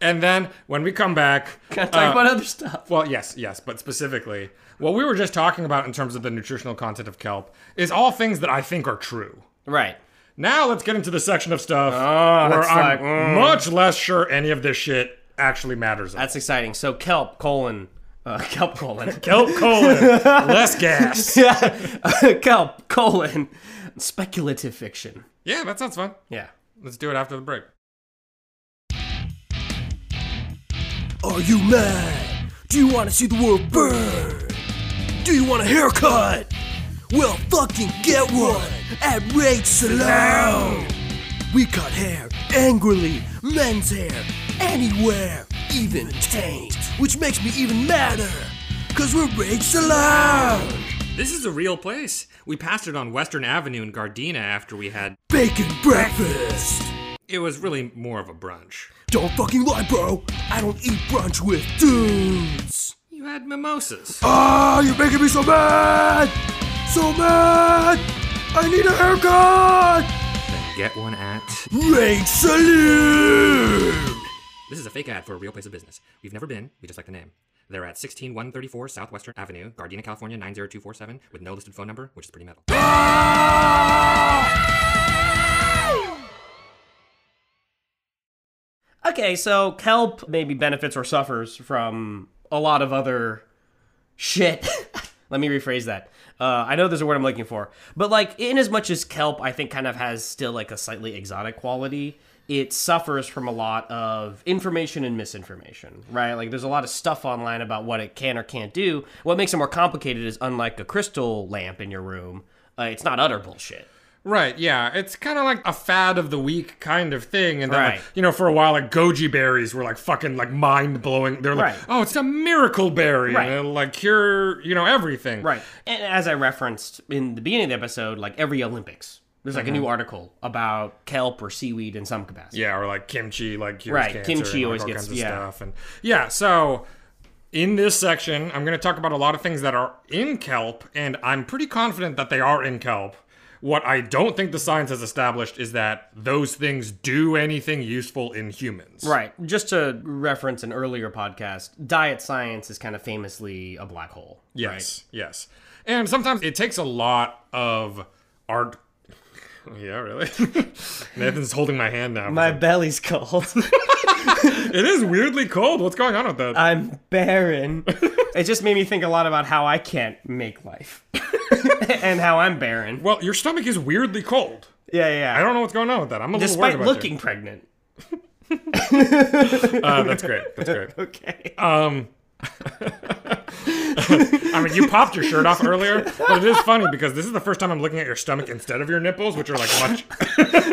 And then when we come back,
Gotta talk about other stuff.
well, yes, yes, but specifically, what we were just talking about in terms of the nutritional content of kelp is all things that I think are true.
Right.
Now let's get into the section of stuff where
that's
I'm
like, mm.
much less sure any of this shit actually matters.
That's exciting. So kelp, colon, Uh, kelp colon.
Kelp colon. Less gas.
Yeah. kelp colon. Speculative fiction.
Yeah, that sounds fun.
Yeah.
Let's do it after the break.
Are you mad? Do you want to see the world burn? Do you want a haircut? Well, fucking get one at Rage Salon. We cut hair angrily, men's hair, anywhere, even taint, which makes me even madder, cause we're Rage Salon.
This is a real place. We passed it on Western Avenue in Gardena after we had.
Bacon breakfast.
It was really more of a brunch.
Don't fucking lie, bro. I don't eat brunch with dudes.
You had mimosas.
Ah, you're making me so mad! So mad! I need a haircut!
Get one at.
Rage Saloon!
This is a fake ad for a real place of business. We've never been, we just like the name. They're at 16134 Southwestern Avenue, Gardena, California 90247, with no listed phone number, which is pretty metal.
Okay, so kelp maybe benefits or suffers from a lot of other shit. Let me rephrase that. Uh, I know there's a word I'm looking for, but like, in as much as kelp, I think kind of has still like a slightly exotic quality. It suffers from a lot of information and misinformation, right? Like, there's a lot of stuff online about what it can or can't do. What makes it more complicated is, unlike a crystal lamp in your room, uh, it's not utter bullshit.
Right, yeah. It's kind of like a fad of the week kind of thing. And then, like,
Right.
you know, for a while, like, goji berries were like fucking like mind blowing. They're like,
Right.
oh, it's a miracle berry.
Right.
And it'll like cure, you know, everything.
Right. And as I referenced in the beginning of the episode, like every Olympics, there's like a new article about kelp or seaweed in some capacity.
Yeah, or like kimchi, like cures
Right,
cancer
kimchi
and, like,
always
all
gets-
kinds of
yeah.
stuff. And yeah, so in this section, I'm going to talk about a lot of things that are in kelp, and I'm pretty confident that they are in kelp. What I don't think the science has established is that those things do anything useful in humans.
Right. Just to reference an earlier podcast, diet science is kind of famously a black hole.
Yes. Yes. And sometimes it takes a lot of art. Yeah, really. Nathan's holding my hand now.
My belly's cold.
it is weirdly cold. What's going on with that?
I'm barren. it just made me think a lot about how I can't make life and how I'm barren.
well, your stomach is weirdly cold.
Yeah, yeah.
I don't know what's going on with that. I'm a little worried
Despite
about
looking pregnant.
you. Uh, that's great. That's great.
Okay.
Um, I mean, you popped your shirt off earlier, but it is funny because this is the first time I'm looking at your stomach instead of your nipples, which are like much.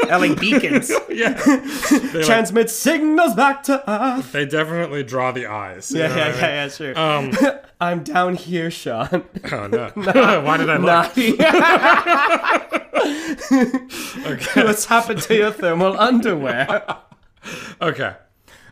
LA beacons
yeah, they, like-
transmit signals back to us.
they definitely draw the eyes. you
Yeah,
know
yeah,
what I
yeah, yeah, sure.
mean? Um,
I'm down here, Sean.
Oh no! Why did I look?
Not here. What's happened to your thermal underwear?
Okay.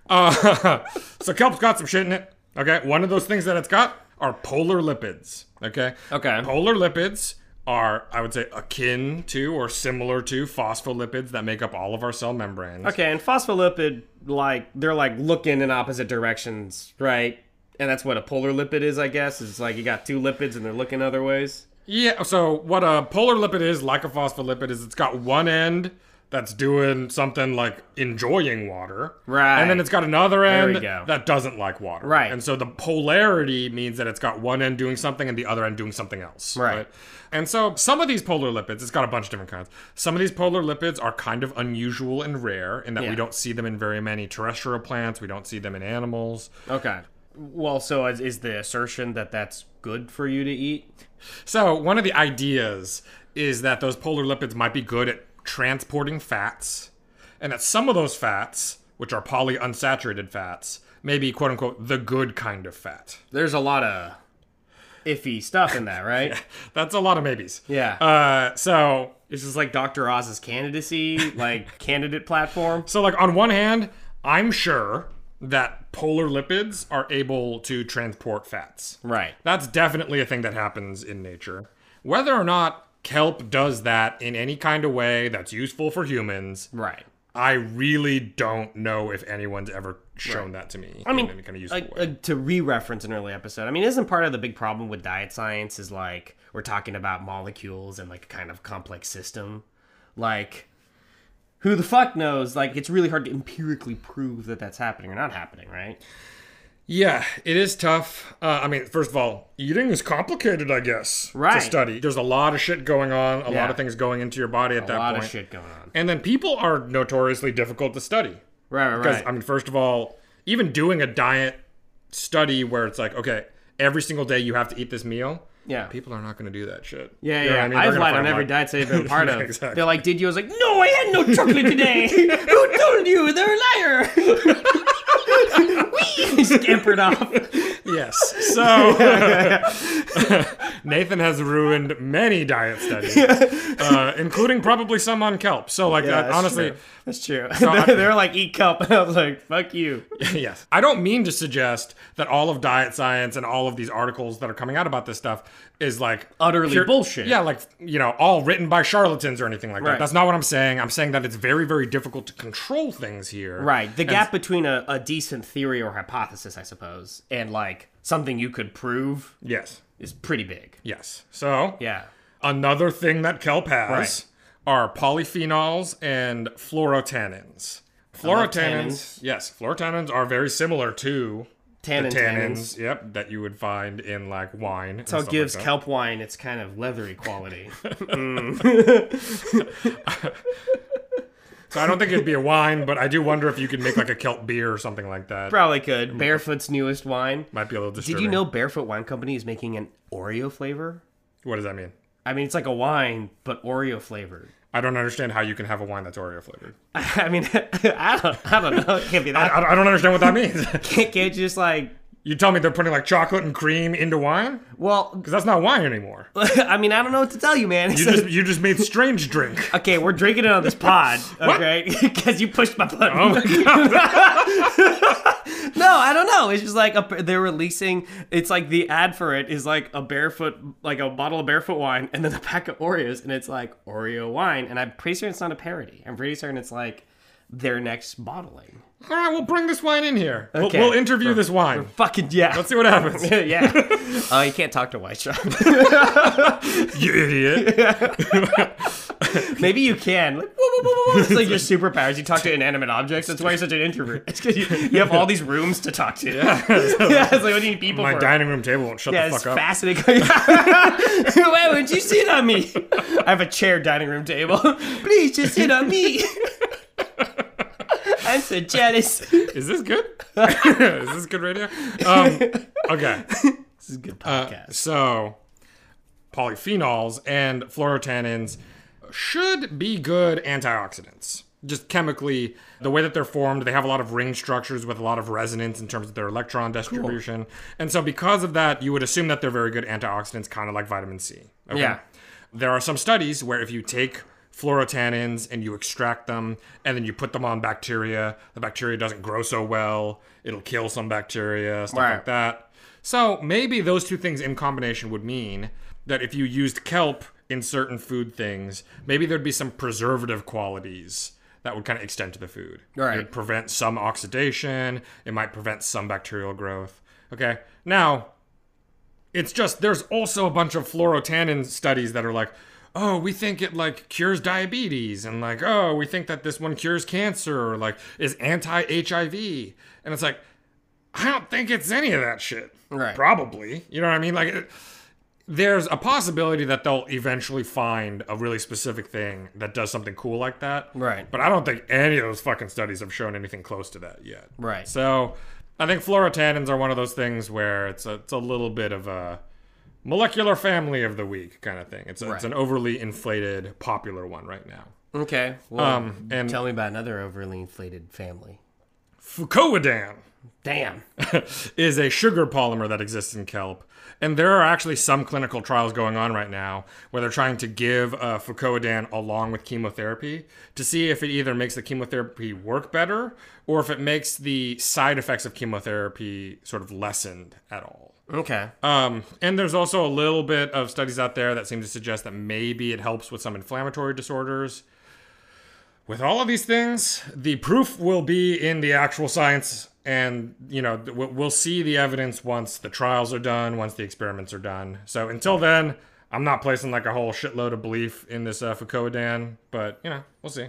Uh, so kelp's got some shit in it. Okay. One of those things that it's got are polar lipids. Okay.
Okay.
Polar lipids are, I would say, akin to or similar to phospholipids that make up all of our cell membranes.
Okay, and phospholipid, like they're like looking in opposite directions, right? And that's what a polar lipid is, I guess. It's like you got two lipids and they're looking other ways.
Yeah. So what a polar lipid is, like a phospholipid, is it's got one end that's doing something like enjoying water,
Right.
And then it's got another
we
end
go.
that doesn't like water,
Right.
And so the polarity means that it's got one end doing something and the other end doing something else,
Right.
And so some of these polar lipids, it's got a bunch of different kinds. Some of these polar lipids are kind of unusual and rare in that
Yeah.
we don't see them in very many terrestrial plants. We don't see them in animals.
Okay. Well, so is, is the assertion that that's good for you to eat?
So Oh, one of the ideas is that those polar lipids might be good at transporting fats, and that some of those fats, which are polyunsaturated fats, may be quote unquote the good kind of fat.
There's a lot of iffy stuff in that, right?
That's a lot of maybes.
Yeah.
Uh, so
This is like Dr. Oz's candidacy, like candidate platform.
so like on one hand, I'm sure that polar lipids are able to transport fats.
Right.
That's definitely a thing that happens in nature. Whether or not kelp does that in any kind of way that's useful for humans,
Right.
I really don't know if anyone's ever shown that to me.
I mean,
in any kind of useful
like,
way.
like, to re-reference an early episode, I mean, isn't part of the big problem with diet science is like we're talking about molecules and like a kind of complex system, like who the fuck knows? Like it's really hard to empirically prove that that's happening or not happening, right?
Yeah, it is tough. Uh, I mean, first of all, eating is complicated, I guess, to
Right.
study. There's a lot of shit going on, a
Yeah.
lot of things going into your body at
A
that
lot
point.
of shit going on.
And then people are notoriously difficult to study.
Right, right,
Because,
right.
I mean, first of all, even doing a diet study where it's like, okay, every single day you have to eat this meal,
yeah.
people are not going to do that shit.
yeah,
You know
yeah.
what
I
mean? They're
have
gonna
lied on
find
every
one.
diet study I've been part of.
Exactly.
They're like, "Did you?" I was like, "No, I had no chocolate today." Who told you? They're a liar. Wee! Scampered off.
Yes. So Nathan has ruined many diet studies, uh, including probably some on kelp. So, like, that, honestly,
that's true.
I-
they're like, "Eat kelp," and I was like, "Fuck you."
yes. I don't mean to suggest that all of diet science and all of these articles that are coming out about this stuff is like
Utterly bullshit.
Yeah, like you know, all written by charlatans or anything like
Right.
that. That's not what I'm saying. I'm saying that it's very, very difficult to control things here.
Right. The
And-
gap between a, a decent theory or hypothesis, I suppose, and like something you could prove
Yes.
is pretty big.
Yes. So.
Yeah.
Another thing that kelp has are polyphenols and fluorotannins. Fluorotannins,
tannins.
yes, fluorotannins are very similar to
Tannin
the tannins,
tannins.
Yep, that you would find in like wine. and
So it
stuff
gives
like that.
kelp wine its kind of leathery quality.
So I don't think it'd be a wine, but I do wonder if you could make like a kelp beer or something like that.
Probably could. Barefoot's newest wine.
Might be a little
Did
disturbing.
you know Barefoot Wine Company is making an Oreo flavor?
What does that mean?
I mean, it's like a wine, but Oreo flavored.
I don't understand how you can have a wine that's Oreo flavored.
I mean, I don't, I don't know. It can't be
I,
that.
I don't understand what that means.
Can't you just like,
you tell me they're putting like chocolate and cream into wine?
well,
Because that's not wine anymore.
I mean, I don't know what to tell you, man. It's
You
like-
just you just made strange drink.
Okay, we're drinking it on this pod, okay? Because you pushed my button.
Oh my
no, I don't know. It's just like a, they're releasing. It's like the ad for it is like a barefoot, like a bottle of barefoot wine, and then a pack of Oreos, and it's like Oreo wine. And I'm pretty certain it's not a parody. I'm pretty certain it's like their next bottling.
All right, we'll bring this wine in here. We'll-
Okay.
We'll, interview this wine.
Fucking yeah.
Let's see what happens.
yeah. Oh, you can't talk to White Shark.
you idiot.
Maybe you can. Like, whoa, whoa, whoa, whoa, whoa. It's like your superpowers. You talk to inanimate objects. That's why you're such an introvert. It's 'cause you, you have all these rooms to talk to. Yeah. it's like, what do you need people
My
for?
dining room table won't shut
Yeah,
the
it's
fuck up.
fascinating. Why would you sit on me? I have a chair dining room table. Please just sit on me. I'm so jealous. This
Is this good? Is this good radio? Um, okay.
is a good podcast.
So, polyphenols and fluorotannins should be good antioxidants. Just chemically, the way that they're formed, they have a lot of ring structures with a lot of resonance in terms of their electron distribution. And so, because of that, you would assume that they're very good antioxidants, kind of like vitamin C. Okay?
Yeah.
There are some studies where if you take fluorotannins and you extract them and then you put them on bacteria, the bacteria doesn't grow so well, it'll kill some bacteria, stuff
Right.
like that. So maybe those two things in combination would mean that if you used kelp in certain food things, maybe there'd be some preservative qualities that would kind of extend to the food.
Right.
It would prevent some oxidation, it might prevent some bacterial growth. Okay. Now, it's just there's also a bunch of fluorotannin studies that are like, oh, we think it like cures diabetes, and like, oh, we think that this one cures cancer, or like is anti-HIV, and it's like, I don't think it's any of that shit.
Right.
Probably, you know what I mean? Like, it, there's a possibility that they'll eventually find a really specific thing that does something cool like that.
Right.
But I don't think any of those fucking studies have shown anything close to that yet.
Right.
So I think fluorotannins are one of those things where it's a, it's a little bit of a molecular family of the week kind of thing. It's, a, it's
Right.
an overly inflated, popular one right now.
okay. Well,
Um, and
tell me about another overly inflated family.
fucoidan
Damn.
is a sugar polymer that exists in kelp. And there are actually some clinical trials going on right now where they're trying to give uh, fucoidan along with chemotherapy to see if it either makes the chemotherapy work better or if it makes the side effects of chemotherapy sort of lessened at all.
Okay.
Um, and there's also a little bit of studies out there that seem to suggest that maybe it helps with some inflammatory disorders. With all of these things, the proof will be in the actual science, and you know th- we'll we'll see the evidence once the trials are done, once the experiments are done. So until then, I'm not placing like a whole shitload of belief in this uh, Fucoidan, but you know we'll see.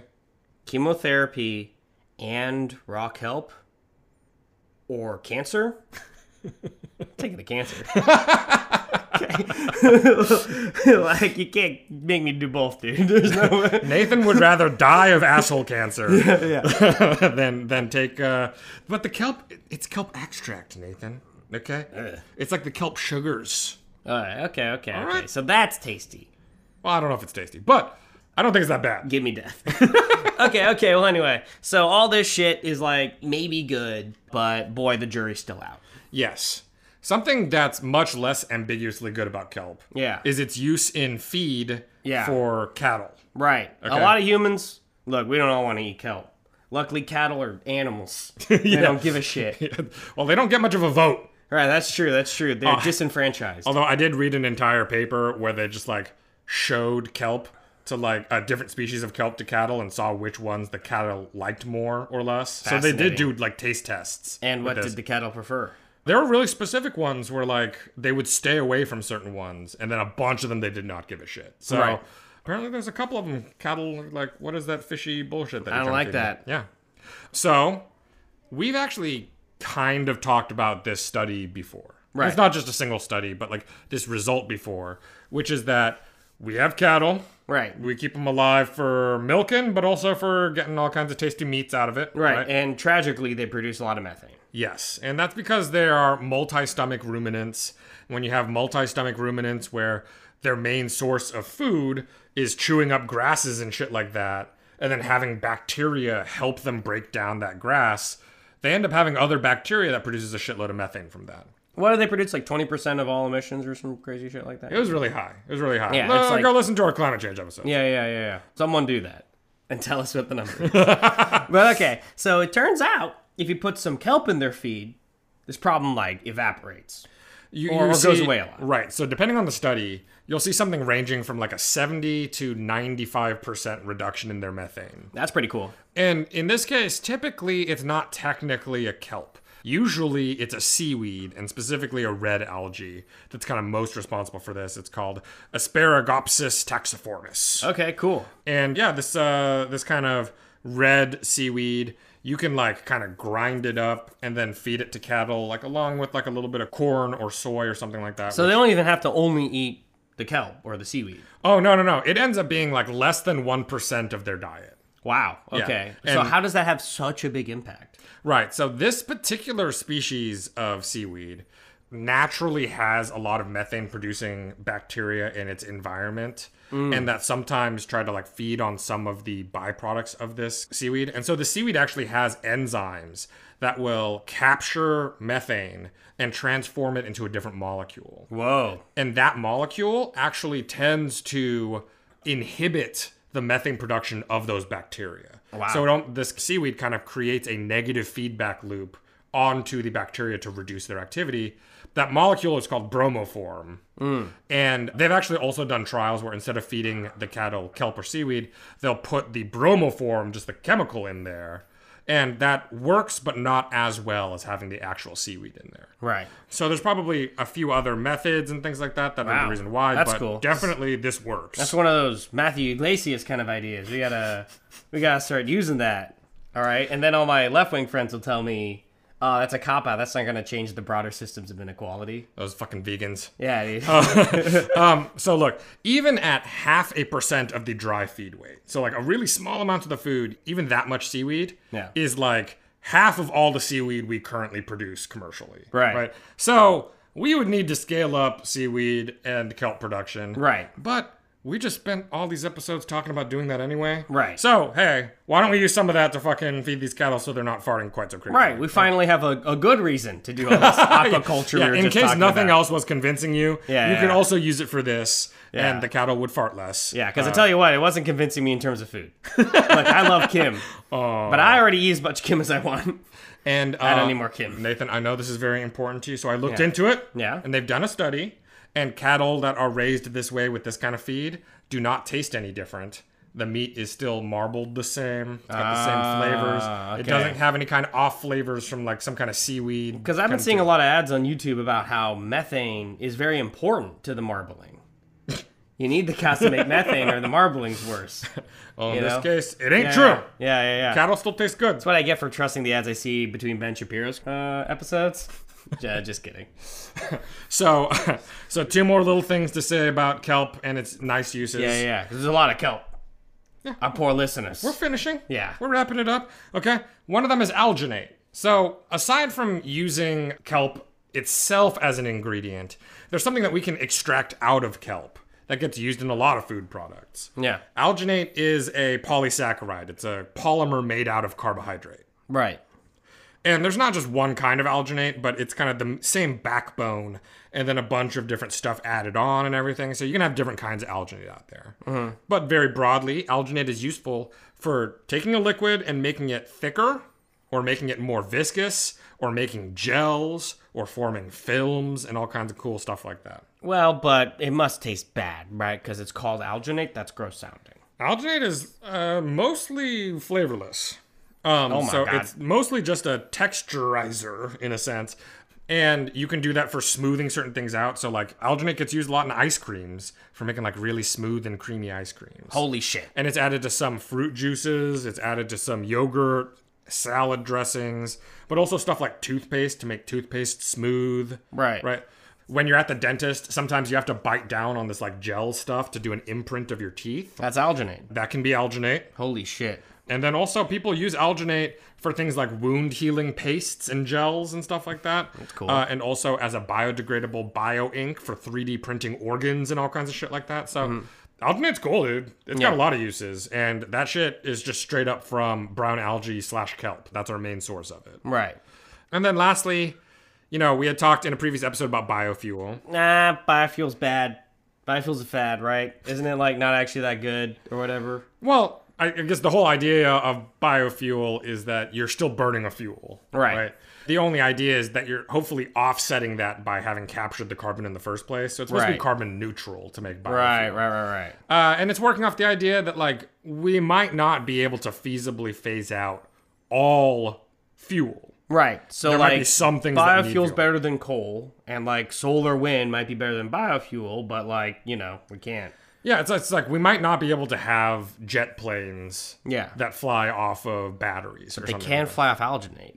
Chemotherapy and rock help. or cancer. Taking the cancer. like you can't make me do both, dude. There's no way.
Nathan would rather die of asshole cancer than than take. Uh, but the kelp, it's kelp extract, Nathan. Okay, it's like the kelp sugars.
All right, okay, okay, okay.
right.
So that's tasty.
Well, I don't know if it's tasty, but I don't think it's that bad.
Give me death. okay, okay. Well, anyway, so all this shit is like maybe good, but boy, the jury's still out.
Yes. Something that's much less ambiguously good about kelp
Yeah.
is its use in feed
Yeah.
for cattle.
Right. A
Okay.
lot of humans, look, we don't all want to eat kelp. Luckily, cattle are animals. They don't give a shit.
well, they don't get much of a vote.
Right, that's true. That's true. They're disenfranchised.
Oh. Although I did read an entire paper where they just like showed kelp to like uh, different species of kelp to cattle and saw which ones the cattle liked more or less. So they did do
Fascinating.
like taste tests.
and what
with this.
did the cattle prefer?
There were really specific ones where like they would stay away from certain ones, and then a bunch of them they did not give a shit. So
Right.
apparently, there's a couple of them cattle like what is that fishy bullshit that
I
you're
don't
trying
like
to feed me?
that.
Yeah. So we've actually kind of talked about this study before.
Right.
It's not just a single study, but like this result before, which is that we have cattle.
Right.
We keep them alive for milking, but also for getting all kinds of tasty meats out of it.
Right. And tragically, they produce a lot of methane.
Yes, and that's because they are multi stomach ruminants. When you have multi stomach ruminants where their main source of food is chewing up grasses and shit like that, and then having bacteria help them break down that grass, they end up having other bacteria that produces a shitload of methane from that.
What do they produce? Like 20% of all emissions or some crazy shit like that?
It was really high. It was really high.
Yeah,
L-
it's like-
go listen to our climate change episode.
Yeah, yeah, yeah, yeah. Someone do that and tell us what the number is. but okay, so it turns out if you put some kelp in their feed, this problem like evaporates.
You,
Or- or goes
see-
away a lot.
Right. So depending on the study, you'll see something ranging from like a 70 to 95% reduction in their methane.
That's pretty cool.
And in this case, typically it's not technically a kelp. Usually it's a seaweed and specifically a red algae that's kind of most responsible for this. It's called Asparagopsis taxiformis.
Okay, cool.
And yeah, this uh this kind of red seaweed, you can like kind of grind it up and then feed it to cattle like along with like a little bit of corn or soy or something like that.
So they don't even have to only eat the kelp or the seaweed.
oh no, no, no. It ends up being like less than 1% of their diet.
Wow. Okay.
Yeah,
So
and-
how does that have such a big impact?
Right. So this particular species of seaweed naturally has a lot of methane producing bacteria in its environment and that sometimes try to like feed on some of the byproducts of this seaweed. And so the seaweed actually has enzymes that will capture methane and transform it into a different molecule
Whoa.
and that molecule actually tends to inhibit the methane production of those bacteria. Wow. So it don't, this seaweed kind of creates a negative feedback loop onto the bacteria to reduce their activity. That molecule is called bromoform. And they've actually also done trials where instead of feeding the cattle kelp or seaweed, they'll put the bromoform, just the chemical, in there. And that works, but not as well as having the actual seaweed in there.
Right.
So there's probably a few other methods and things like that that are
Wow.
the reason why.
That's
but
cool.
Definitely this works.
That's one of those Matthew Iglesias kind of ideas. We gotta we gotta start using that. All right. And then all my left wing friends will tell me, oh, that's a cop out. That's not gonna change the broader systems of inequality.
Those fucking vegans.
Yeah. dude.
Oh. So look, even at half a percent of the dry feed weight, so like a really small amount of the food, even that much seaweed
Yeah.
is like half of all the seaweed we currently produce commercially.
Right.
Right. So we would need to scale up seaweed and kelp production.
Right.
But we just spent all these episodes talking about doing that anyway.
Right.
So hey, why don't we use some of that to fucking feed these cattle so they're not farting quite so crazy?
Right. We finally have a, a good reason to do all this aquaculture. we
Yeah,
were
in
just
case
talking
nothing
about.
else was convincing you,
Yeah,
you
yeah,
could
yeah.
also else use it for this,
Yeah.
and the cattle would fart less.
Yeah, because I tell you what, it wasn't convincing me in terms of food. like I love Kim,
Oh.
but I already eat as much Kim as I want.
And uh,
I don't need more Kim.
Nathan, I know this is very important to you, so I looked
Yeah.
into it.
Yeah.
And they've done a study, and cattle that are raised this way with this kind of feed do not taste any different. The meat is still marbled the same. It's got the same
Ah,
flavors. It
okay.
doesn't have any kind of off flavors from like some kind of seaweed.
Because I've been seeing a lot of ads on YouTube about how methane is very important to the marbling. You need the cows to make methane, or the marbling's worse.
Well, in
You
this
know?
case, it ain't
Yeah,
true.
Yeah, yeah, yeah. yeah.
Cattle still taste good.
That's what I get for trusting the ads I see between Ben Shapiro's uh, episodes. yeah, just kidding.
So, so two more little things to say about kelp and its nice uses.
Yeah, yeah, yeah. 'cause There's a lot of kelp. Our poor listeners.
We're finishing.
Yeah.
We're wrapping it up. Okay. One of them is alginate. So, aside from using kelp itself as an ingredient, there's something that we can extract out of kelp that gets used in a lot of food products.
yeah,
Alginate is a polysaccharide, it's a polymer made out of carbohydrate.
right.
And there's not just one kind of alginate, but it's kind of the same backbone and then a bunch of different stuff added on and everything. So you can have different kinds of alginate out there. But very broadly, alginate is useful for taking a liquid and making it thicker or making it more viscous or making gels or forming films and all kinds of cool stuff like that.
Well, but it must taste bad, right? Because it's called alginate. That's gross sounding.
Alginate is uh, mostly flavorless. Um,
Oh my
so
God.
it's mostly just a texturizer in a sense. And you can do that for smoothing certain things out. So like alginate gets used a lot in ice creams for making like really smooth and creamy ice creams.
Holy shit.
and it's added to some fruit juices, it's added to some yogurt, salad dressings, but also stuff like toothpaste to make toothpaste smooth.
Right.
Right. When you're at the dentist, sometimes you have to bite down on this like gel stuff to do an imprint of your teeth.
That's alginate.
That can be alginate.
Holy shit.
And then also people use alginate for things like wound healing pastes and gels and stuff like that. That's
cool.
Uh, and also as a biodegradable bio ink for 3D printing organs and all kinds of shit like that. So alginate's cool, dude. It's got a lot of uses. And that shit is just straight up from brown algae slash kelp. That's our main source of it.
Right.
And then lastly, you know, we had talked in a previous episode about biofuel.
Nah, biofuel's bad. Biofuel's a fad, right? Isn't it like not actually that good or whatever?
Well, I I guess the whole idea of biofuel is that you're still burning a fuel.
Right.
The only idea is that you're hopefully offsetting that by having captured the carbon in the first place. So it's supposed to be
Right.
carbon neutral to make biofuel.
Right, right, right, right.
Uh, and it's working off the idea that, like, we might not be able to feasibly phase out all fuel.
Right. So
There might
like
be some things that need
biofuel's
fuel.
better than coal, and like solar wind might be better than biofuel, but like you know we can't.
Yeah, it's, it's like we might not be able to have jet planes
Yeah.
that fly off of batteries or
They
something.
can
like that.
fly off alginate.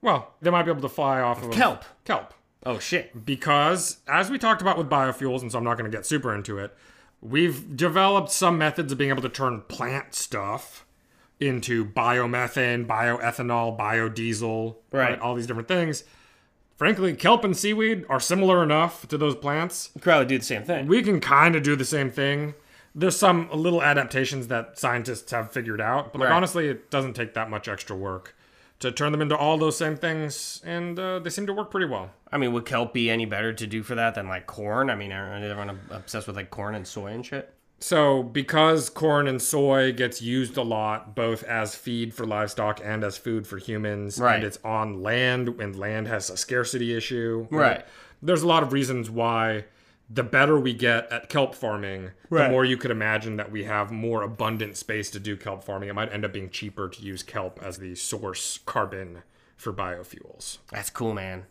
Well, they might be able to fly off of
Kelp.
Kelp.
Oh shit.
because as we talked about with biofuels and so i'm not going to get super into it we've developed some methods of being able to turn plant stuff into biomethane bioethanol biodiesel
Right.
all these different things frankly kelp and seaweed are similar enough to those plants
Could probably do the same thing.
we can kind of do the same thing there's some little adaptations that scientists have figured out but like
Right.
honestly it doesn't take that much extra work to turn them into all those same things and uh, they seem to work pretty well
I mean, would kelp be any better to do for that than like corn? I mean, are everyone obsessed with like corn and soy and shit?
So, because corn and soy gets used a lot, both as feed for livestock and as food for humans,
Right.
and it's on land, and land has a scarcity issue.
Right.
There's a lot of reasons why the better we get at kelp farming,
Right.
the more you could imagine that we have more abundant space to do kelp farming. It might end up being cheaper to use kelp as the source carbon for biofuels.
That's cool, man.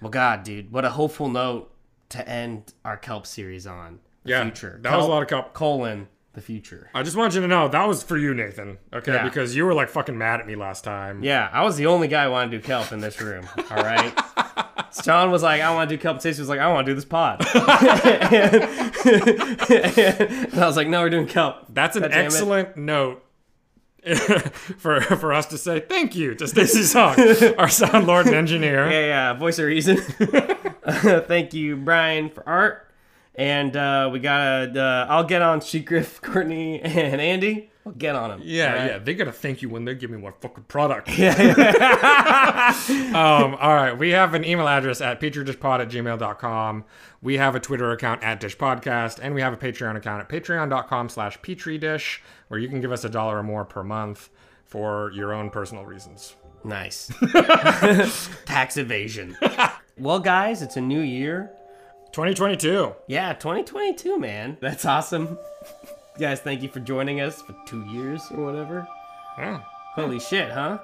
Well, God, dude, what a hopeful note to end our kelp series on. The
Yeah,
future.
that was a lot of kelp.
Colon, the future.
I just want you to know that was for you, Nathan. Okay,
Yeah.
because you were like fucking mad at me last time.
Yeah, I was the only guy who wanted to do kelp in this room. All right. John was like, I want to do kelp. Stacey was like, I want to do this pod. and I was like, No, we're doing kelp.
That's an
God damn it.
excellent note for for us to say thank you to Stacy Song, our sound lord and engineer.
Yeah, yeah, uh, voice of reason. Thank you, Brian, for art. And uh, we got to, uh, I'll get on Griff, Courtney, and Andy. We'll get on them.
Yeah, yeah, they gotta thank you when they give me my fucking product. um, all right, we have an email address at petridishpod at gmail.com. We have a Twitter account at dishpodcast, and we have a Patreon account at patreon.com slash petridish, where you can give us a dollar or more per month for your own personal reasons.
Nice. Tax evasion. well, guys, it's a new year.
2022.
Yeah, 2022, man. That's awesome. Guys, thank you for joining us for two years or whatever.
Yeah,
Holy shit, huh?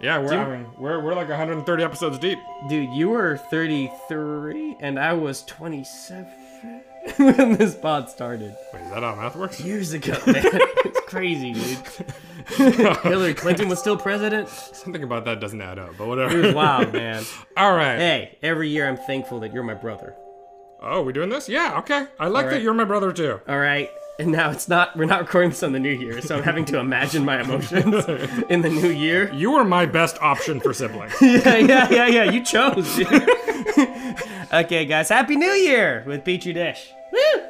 yeah we're,
Do-
I mean, we're, we're like 130 episodes deep.
Dude, you were 33 and I was 27. when this pod started
Wait, is that how math works?
years ago, man. it's crazy, dude. Hillary Clinton was still president.
Something about that doesn't add up, but whatever.
It was wild, man.
All right.
Hey, every year I'm thankful that you're my brother.
Oh, we doing this? Yeah, okay. I like that
right.
you're my brother too.
All right. And now it's not. We're not recording this on the new year, so I'm having to imagine my emotions in the new year.
You were my best option for siblings.
yeah, yeah, yeah, yeah. You chose. dude. okay, guys. Happy New Year with Petri Dish. Woo!